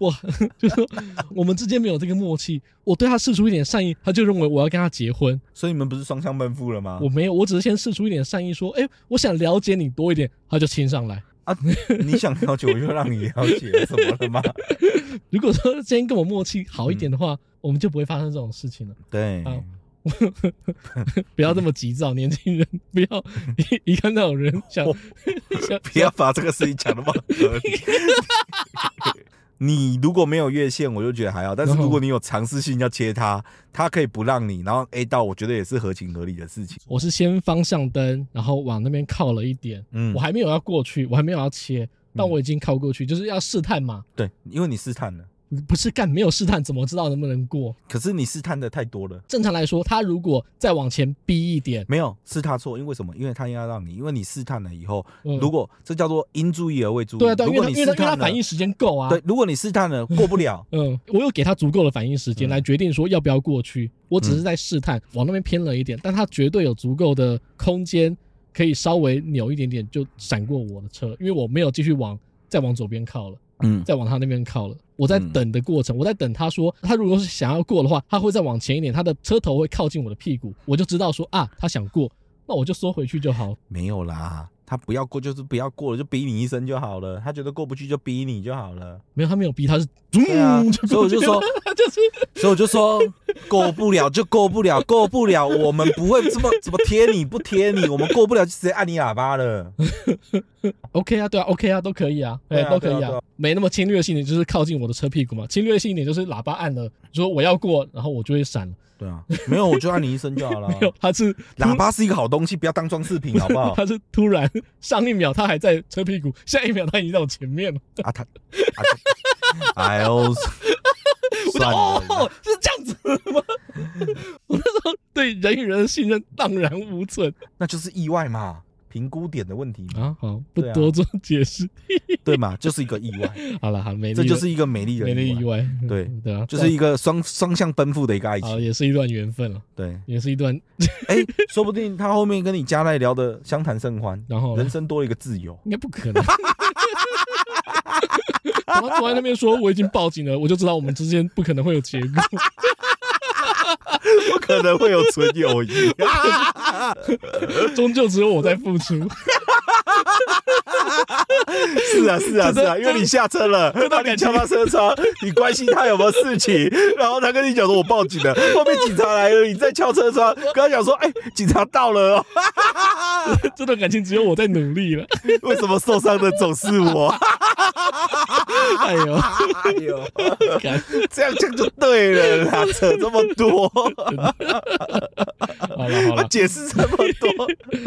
S2: 我就是说我们之间没有这个默契，我对他试出一点善意，他就认为我要跟他结婚。
S1: 所以你们不是双向奔赴了吗
S2: 我？没有，我只是先试出一点善意，说，哎、我想了解你多一点，他就亲上来。
S1: 啊，你想了解我就让你了解，怎么了 *laughs* 吗？
S2: 如果说今天跟我默契好一点的话，
S1: 嗯
S2: 我们就不会发生这种事情了。
S1: 对，
S2: 好不要这么急躁，年轻人，不
S1: *laughs*
S2: 要一一看到有人想
S1: 哦
S2: 想
S1: 不要把这个事情讲那么合 *laughs* 理。你如果没有越线，我就觉得还好；但是如果你有尝试性要切它，它可以不让你，然后 A 到，我觉得也是合情合理的事情。
S2: 我是先方向灯，然后往那边靠了一点，
S1: 嗯
S2: 我，还没有要过去，我还没有要切，但我已经靠过去，就是要试探嘛。
S1: 对，因为你试探了，
S2: 不是干没有试探，怎么知道能不能过？
S1: 可是你试探的太多了。
S2: 正常来说，他如果再往前逼一点，
S1: 没有是他错，因为什么？因为他应该让你，因为你试探了以后，
S2: 嗯
S1: 如果这叫做因注意而未注意。
S2: 对啊对啊，
S1: 如
S2: 因为
S1: 果
S2: 他
S1: 你
S2: 因为
S1: 试
S2: 他因为他
S1: 探了，
S2: 反应时间够啊。，
S1: 对，，如果你试探了过不了
S2: *laughs* 嗯，我有给他足够的反应时间
S1: 嗯
S2: 来决定说要不要过去。我只是在试探，往那边偏了一点，但他绝对有足够的空间可以稍微扭一点点就闪过我的车，因为我没有继续往再往左边靠了。
S1: 嗯，
S2: 再往他那边靠了。我在
S1: 嗯
S2: 等的过程，我在等他说，他如果是想要过的话，他会再往前一点，他的车头会靠近我的屁股，我就知道说啊，他想过，那我就缩回去就好。
S1: 没有啦，他不要过就是不要过了，就逼你一声就好了。他觉得过不去就逼你就好了。
S2: 没有，他没有逼，他是，
S1: 对
S2: *laughs*
S1: 啊
S2: 嗯，
S1: 所以我就说，
S2: 他就是
S1: 所以我就说，过不了就过不了，过不了，我们不会这么怎么贴你不贴你，我们过不了就直接按你喇叭了。
S2: OK 啊，对啊，OK 啊，都可以啊，
S1: 对
S2: 哎、
S1: 啊
S2: 都可以
S1: 对啊对啊
S2: 没那么侵略性的就是靠近我的车屁股嘛，侵略性一点就是喇叭按了，说我要过，然后我就会闪了。
S1: 对啊，没有我就按你一声就好了。
S2: *laughs* 没有，他是
S1: 哦喇叭是一个好东西，不要当装饰品，好不
S2: *laughs*
S1: 好？
S2: 他是突然上一秒他还在车屁股，下一秒他已经在我前面了。
S1: 啊他，啊他哎
S2: *laughs*
S1: 呦，
S2: 我就
S1: 算了啦，
S2: 哦，是这样子的吗？ *laughs* 我那时候对人与人的信任荡然无存
S1: 那就是意外嘛，评估点的问题
S2: *laughs*
S1: 嘛，
S2: 啊！好，不
S1: 对啊
S2: 多做解释。
S1: 对嘛，就是一个意外，
S2: 好了，好， *laughs* 美丽
S1: 这
S2: 的，
S1: 就是一个美丽
S2: 美
S1: 的
S2: 丽意
S1: 外，
S2: 外，
S1: 对
S2: 嗯对啊，
S1: 就是一个双双向奔赴的一个爱
S2: 好，
S1: 情。
S2: 也是一段缘分了，
S1: 对，
S2: 也是一段，
S1: 哎，说不定他后面跟你加奈聊的相谈
S2: *laughs*
S1: 甚欢，
S2: 然后 *laughs*
S1: 人生多了一个自由。
S2: 应该不可能。怎么坐在那边说我已经报警了，我就知道我们之间不可能会有结果。 *laughs*
S1: 不 *laughs* 可能会有纯友
S2: *laughs*
S1: 谊。 *laughs*
S2: 终究只有我在付出， *laughs*
S1: 是 *laughs* 啊，是啊，是啊，因为你下车 *laughs* 了，然后你敲他车 *laughs* 窗，你关心他有没有事情，然后他跟你讲说我报 *laughs* 警了，后面警察来了，你再敲车窗，跟他讲说，哎、警察到了哦， *laughs*
S2: 这段感情只有我在努力了。
S1: 为什么受伤的总是我？
S2: 哎
S1: *laughs*
S2: 呦，
S1: 哎呦，
S2: 感
S1: 这样讲就对了啦，扯这么多，
S2: 好了好了，
S1: 解释这么多，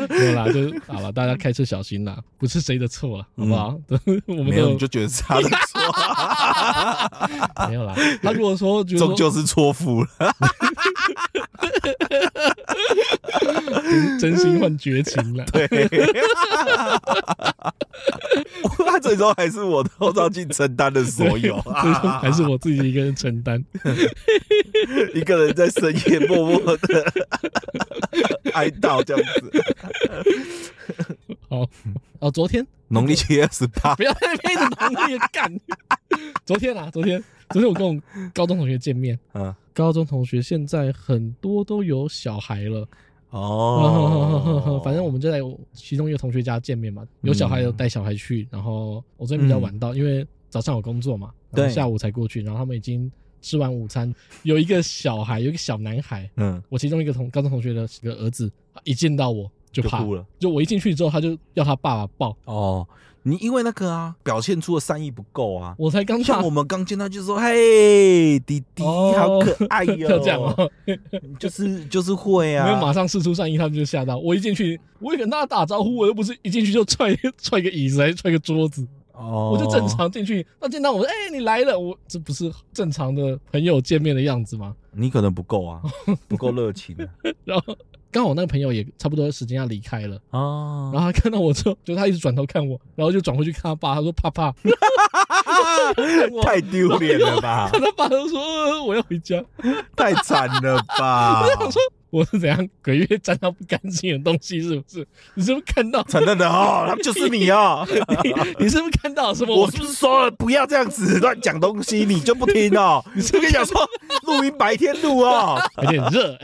S2: 没有啦，就是好了，大家开车小心啦，不是谁的错了，好不好？ *laughs* 我们
S1: *laughs* 嗯没有
S2: 都
S1: 你就觉得是 *laughs* 他的错，*laughs*
S2: 没有啦。他如果说觉得
S1: 终
S2: 说
S1: 究是错付 *laughs* 了。
S2: 真真心换绝情了，
S1: *laughs* 对，他最终还是我的后照镜承担了所 *laughs* 有，啊
S2: *laughs* 最终还是我自己一个人承担。
S1: *laughs* 一个人在深夜默默的 *laughs* 哀悼这样子。 *laughs*
S2: 好，哦，昨天
S1: 农历七月二十八，
S2: 不要再背着农历干。昨天啊，昨天，昨天我跟我高中同学见面，
S1: 嗯，
S2: 高中同学现在很多都有小孩了，
S1: 哦
S2: *laughs*，
S1: 嗯
S2: 反正我们就在其中一个同学家见面嘛，有小孩有带小孩去，然后我昨天比较晚到，因为早上有工作嘛，然
S1: 对
S2: 后下午才过去，然后他们已经吃完午餐，有一个小孩，有一个小男孩，
S1: 嗯
S2: 我其中一个同高中同学的一个儿子，啊一见到我就
S1: 就
S2: 怕，
S1: 哭了。
S2: 就我一进去之后，他就要他爸爸抱，
S1: 哦，你因为那个啊，表现出的善意不够啊。
S2: 我才刚
S1: 像
S2: 大
S1: 我们刚见到就说：“嘿，弟弟，
S2: 哦
S1: 好可爱哟、
S2: *laughs* 要这样哦、
S1: 就是就是会啊，
S2: 没有马上试出善意，他们就吓到。我一进去，我也跟大家打招呼，我又不是一进去就踹 *laughs* 踹个椅子，还是踹个桌子，
S1: 哦，
S2: 我就正常进去。那见到我，哎、你来了，我这不是正常的朋友见面的样子吗？ *laughs*
S1: 你可能不够啊，不够热情啊。
S2: 然后刚好我那个朋友也差不多时间要离开了， *laughs*
S1: 哦
S2: 然后他看到我之后，就他一直转头看我，然后就转回去看他爸，他说爸爸，
S1: *laughs* 太丢脸了
S2: *laughs*
S1: 吧，
S2: 看他爸就说、呃我要
S1: *laughs*
S2: 回家。
S1: 哦太惨了吧！
S2: 我说我是怎样鬼月沾到不干净的东西是不是？ *laughs* 你是不是看到？
S1: 承认的 *laughs* 哦，他就是你哦。
S2: 你你是不是看到什么？
S1: 我是不是说了不要这样子乱讲东西，你就不听哦？ *laughs* 你是不是跟你讲说录音白天录 *laughs* 哦，
S2: 有点热、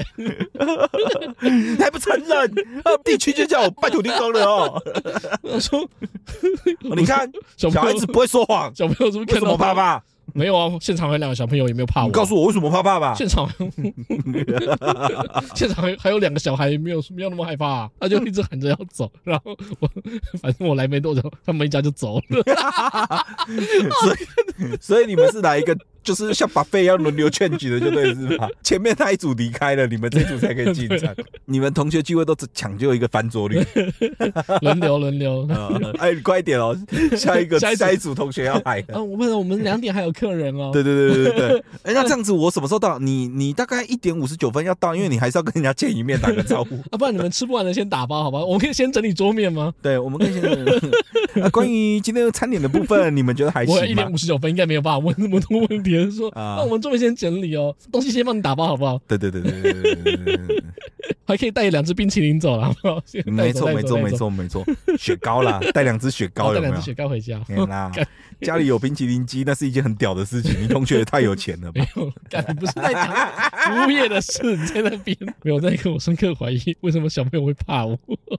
S1: 还不承 *laughs* 认？啊地区就叫我拜土地公了 *laughs* 哦。
S2: 我说
S1: 你看
S2: 小
S1: 小
S2: 朋
S1: 孩
S2: 友
S1: 子不会说谎，
S2: *laughs* 小朋友是不是
S1: 为
S2: 看
S1: 什
S2: 到
S1: 么怕
S2: 爸？
S1: 怕？
S2: 没有啊，现场有两个小朋友也没有怕我。啊
S1: 你告
S2: *laughs*
S1: 诉我为什么怕怕 *laughs* 吧？
S2: 现场 *laughs* 现场还还有两个小孩没有没有那么害怕、啊他就一直喊着要走，然后我反正我来没多久，他们一家就走了。
S1: 所以所以你们是哪一个？就是像把费要轮流劝举的，就对是 *laughs* 吧？前面那一组离开了，你们这一组才可以进 *laughs* 场。你们同学聚会都只抢救一个翻桌 *laughs* 率，
S2: 轮流轮流。
S1: 呃哎，你快一点哦， *laughs* 下一个
S2: 下一组
S1: 下一组同学要来了。
S2: *laughs* 啊，我们我们两点还有客人哦。
S1: 对对对对对 *laughs* 对，哎、那这样子我什么时候到？你你大概一点五十九分要到，因为你还是要跟人家见一面，打个招呼。
S2: 啊，不然你们吃不完的先打包好吧？我们可以先整理桌面吗？
S1: *laughs* 对，我们可以先。啊、关于今天的餐点的部分，你们觉得还
S2: 我一
S1: 行吗
S2: 点？五十九分应该没有办法问那么多问题了，说
S1: 啊
S2: 那我们桌面先整理哦，东西先帮你打包好不好？
S1: 对对对对对对对对对 *laughs* 对，
S2: 还可以带两只冰淇淋走了，好不好？先带
S1: 没
S2: 走
S1: 错没错没，错没错，雪糕 *laughs* 啦，哦带两只雪
S2: 带走带
S1: 糕
S2: 走然后
S1: 有没
S2: 带两
S1: 有嗯
S2: 只？雪糕回家。
S1: 天啦，家里有冰淇淋机，那是一件很屌的事情。你同学也太有钱了吧
S2: *laughs*
S1: *laughs*
S2: 没？有，干你不是在讲服务业的事，你在那边 *laughs* 没有在跟我深刻怀疑为什么小朋友会怕我，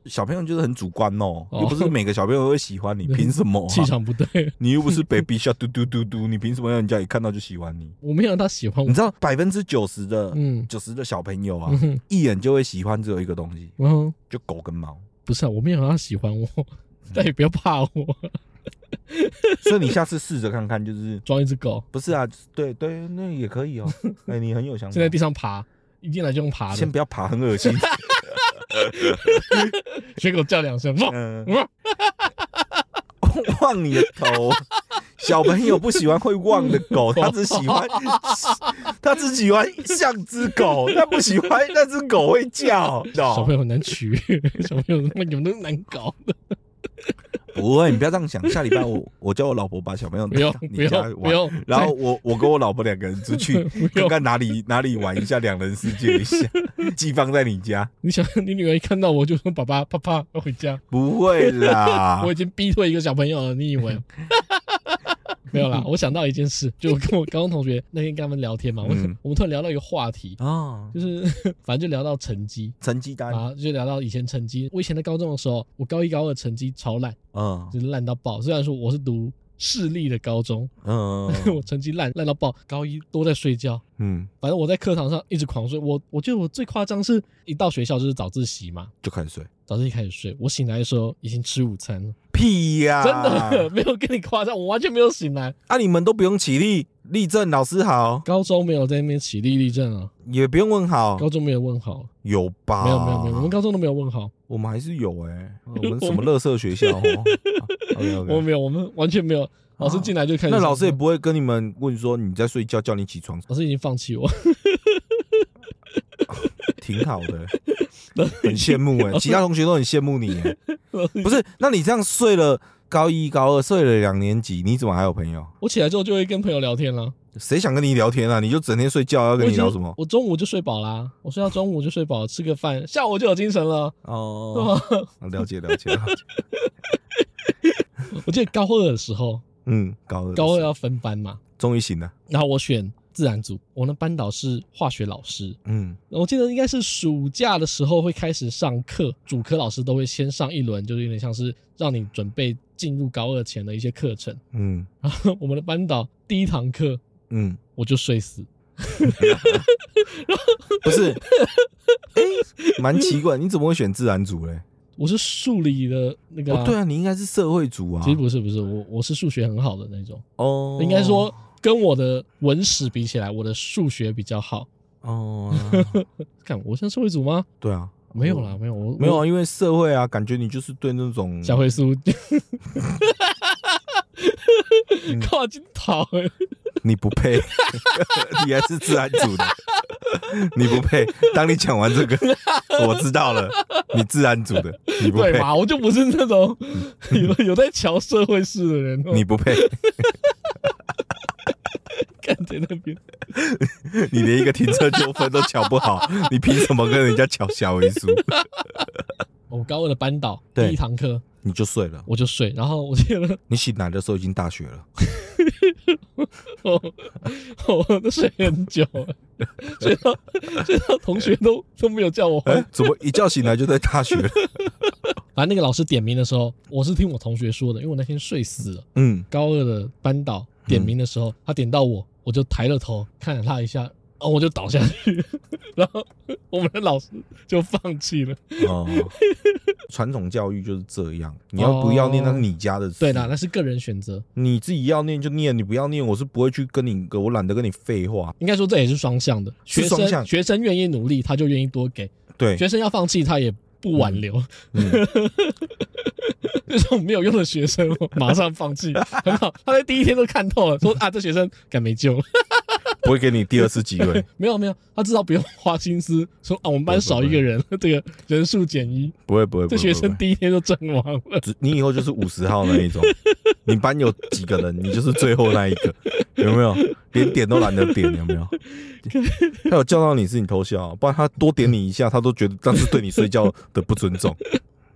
S1: 小朋友就是很主观哦，
S2: 哦
S1: 又不是每个小朋友都会喜 *laughs* 欢你，
S2: 对
S1: 凭什么啊、
S2: 气场不对，
S1: 你又不是 baby 笑嘟嘟嘟嘟，你凭什么让人家一看到就喜欢你？
S2: 我没有让他喜欢
S1: *laughs*
S2: 我
S1: 你，知道百分之九十的
S2: 嗯
S1: 九十的小朋友啊
S2: 嗯，哼，
S1: 一眼就会喜欢只有一个东西，
S2: 然后
S1: 就狗跟
S2: *laughs*
S1: 猫。
S2: 不是啊，我没有让他喜欢我，但也不要怕我，
S1: 所以你下次试着看看，就是
S2: 装一只狗，
S1: 不是啊？对对，那也可以哦。
S2: *laughs*
S1: 哎，你很有想法。
S2: 现在地上爬，一进来就用爬
S1: 先
S2: 的，
S1: 不要爬，很恶
S2: *laughs*
S1: 心。
S2: 学狗叫两声，汪
S1: *laughs* 嗯
S2: 汪，
S1: 望你的头。小朋友不喜欢会望的
S2: *laughs*
S1: 狗，他只喜欢，他只喜欢像只狗，他不喜欢那只狗会叫。
S2: 小朋
S1: 哦
S2: 友很难取，小朋友他妈你们都难搞的，
S1: 不会，你不要这样想。下礼拜我我叫我老婆把小朋友
S2: 不用
S1: 带到
S2: 不
S1: 你家
S2: 用不
S1: 玩，
S2: 用， *laughs*
S1: 然后我我跟我老婆两个人出去
S2: 不
S1: 看
S2: 用
S1: 看哪里哪里玩一下，两人世界一
S2: *laughs*
S1: 下，寄放在你家。
S2: 你想你女儿一看到我就说爸爸爸爸要回家，
S1: 不会啦
S2: *laughs* 我，已经逼退一个小朋友了，你以为？没有啦，我想到一件事，就我跟我高中同学那天跟他们聊天嘛，我
S1: 嗯
S2: 我们突然聊到一个话题，
S1: 啊，
S2: 就是 *laughs* 反正就聊到成绩。
S1: 成绩单，
S2: 啊，就聊到以前成绩。我以前在高中的时候，我高一高二成绩超烂，
S1: 嗯
S2: 就是烂到爆。虽然说我是读市立的高中，
S1: 嗯
S2: *laughs* 我成绩烂烂到爆，高一都在睡觉。
S1: 嗯，
S2: 反正我在课堂上一直狂睡。我我觉得我最夸张是一到学校就是早自习嘛，
S1: 就开始睡。
S2: 早自习开始睡。我醒来的时候已经吃午餐了，
S1: 屁呀、
S2: 真的、没有跟你夸张，我完全没有醒来。
S1: 啊，你们都不用起立，立正，老师好，
S2: 高中没有在那边起立立正啊，
S1: 也不用问好，
S2: 高中没有问好，
S1: 有吧？
S2: 没有没有没有，我们高中都没有问好，
S1: 我们还是有哎、呃我们什么乐色学校哦 *laughs* ？OK
S2: 我们
S1: OK，
S2: 没有，我们完全没有。老师进来就开始，
S1: 那老师也不会跟你们问说你在睡觉，叫你起床，
S2: 老师已经放弃我，
S1: 挺好
S2: *laughs*
S1: 的，很羡慕
S2: 哦
S1: 哎、其他同学都很羡慕你、
S2: *laughs*
S1: 欸。
S2: 老师已经
S1: 不是，那你这样睡了高一、高二，睡了两年级，你怎么还有朋友？
S2: 我起来之后就会跟朋友聊天了。
S1: 谁想跟你聊天啊？你就整天睡觉，要
S2: 我
S1: 跟
S2: 已
S1: 你
S2: 经
S1: 聊什么？
S2: 我中午就睡饱啦，我睡到中午就睡饱，吃个饭，下午就有精神了。
S1: 哦，了解了解了解。
S2: *laughs* 我记得高二的时候，
S1: 嗯，高二的
S2: 高二
S1: 时候
S2: 要分班嘛，
S1: 终于醒了。
S2: 然后我选自然组，我的班导是化学老师。
S1: 嗯
S2: 我记得应该是暑假的时候会开始上课，主科老师都会先上一轮，就是有点像是让你准备进入高二前的一些课程。 *laughs*
S1: 嗯
S2: 然后我们的班导第一堂课
S1: 嗯，
S2: 我就睡死，
S1: 不是， *laughs* 哎，蛮奇怪，你怎么会选自然组嘞？
S2: 我是数理的那个、
S1: 哦，对，啊，你应该是社会组啊
S2: 其。实不是不是，我我是数学很好的那种，
S1: 哦，
S2: 应该说跟我的文史比起来，我的数学比较好。
S1: 哦，
S2: 看我像社会组吗？
S1: 对啊，
S2: 没有啦，没有， *laughs* 我
S1: 没有啊，因为社会啊，感觉你就是对那种
S2: 小灰书。
S1: 嗯
S2: *laughs* 靠金桃，
S1: 你不配， *laughs* 你还是自然组的，你不配。当你讲完这
S2: *laughs*
S1: 个，我知道了，你自然组的，你不
S2: 对
S1: 配，
S2: 嘛？我就不是那种有有在瞧社会事的人哦，
S1: 你不配，
S2: 干在那边，
S1: 你连一个停车纠纷都抢不好，你凭什么跟人家抢小维数？
S2: 哦我高二的班导第
S1: 对
S2: 一堂课
S1: 你就睡了，
S2: 我就睡，然后我记得
S1: 你醒来的时候已经大学了，
S2: 我哦我都睡很久，
S1: *laughs*
S2: 睡到睡到同学都都没有叫我回
S1: 哎、怎么一觉醒来就在大学了？
S2: 反正那个老师点名的时候，我是听我同学说的，因为我那天睡死了。
S1: *laughs* 嗯，
S2: 高二的班导点名的时候，他点到我，我就抬了头看了他一下，哦，我就倒下去， *laughs* 然后我们的老师就放弃了。
S1: 哦，传统教育就是这样，你要不要念那是你家的事，
S2: 哦对啦，那是个人选择，
S1: 你自己要念就念，你不要念，我是不会去跟你，我懒得跟你废话。
S2: 应该说这也是双向的。
S1: 是
S2: 学生
S1: 双向
S2: 学生愿意努力，他就愿意多给；
S1: 对，
S2: 学生要放弃，他也不挽留。
S1: 嗯
S2: 那种没有用的学生，马上放
S1: *laughs*
S2: 弃，很好。他在第一天都看透了，说啊，这学生敢没救了。 *laughs*
S1: 不会给你第二次机会，
S2: 没有没有，他至少不用花心思说啊，我们班少一个人， *laughs* 这个人数减一，
S1: 不会不会。不
S2: 这
S1: 会
S2: 学
S1: 不
S2: 生
S1: 会
S2: 第一天就阵亡了。
S1: 只你以后就是五十号那一种，你班有几个人，你就是最后那一个，有没有？连点都懒得点，有没
S2: *laughs*
S1: 有？他有叫到你是你偷笑，哦不然他多点你一下，他都觉得那是对你睡觉的不尊重。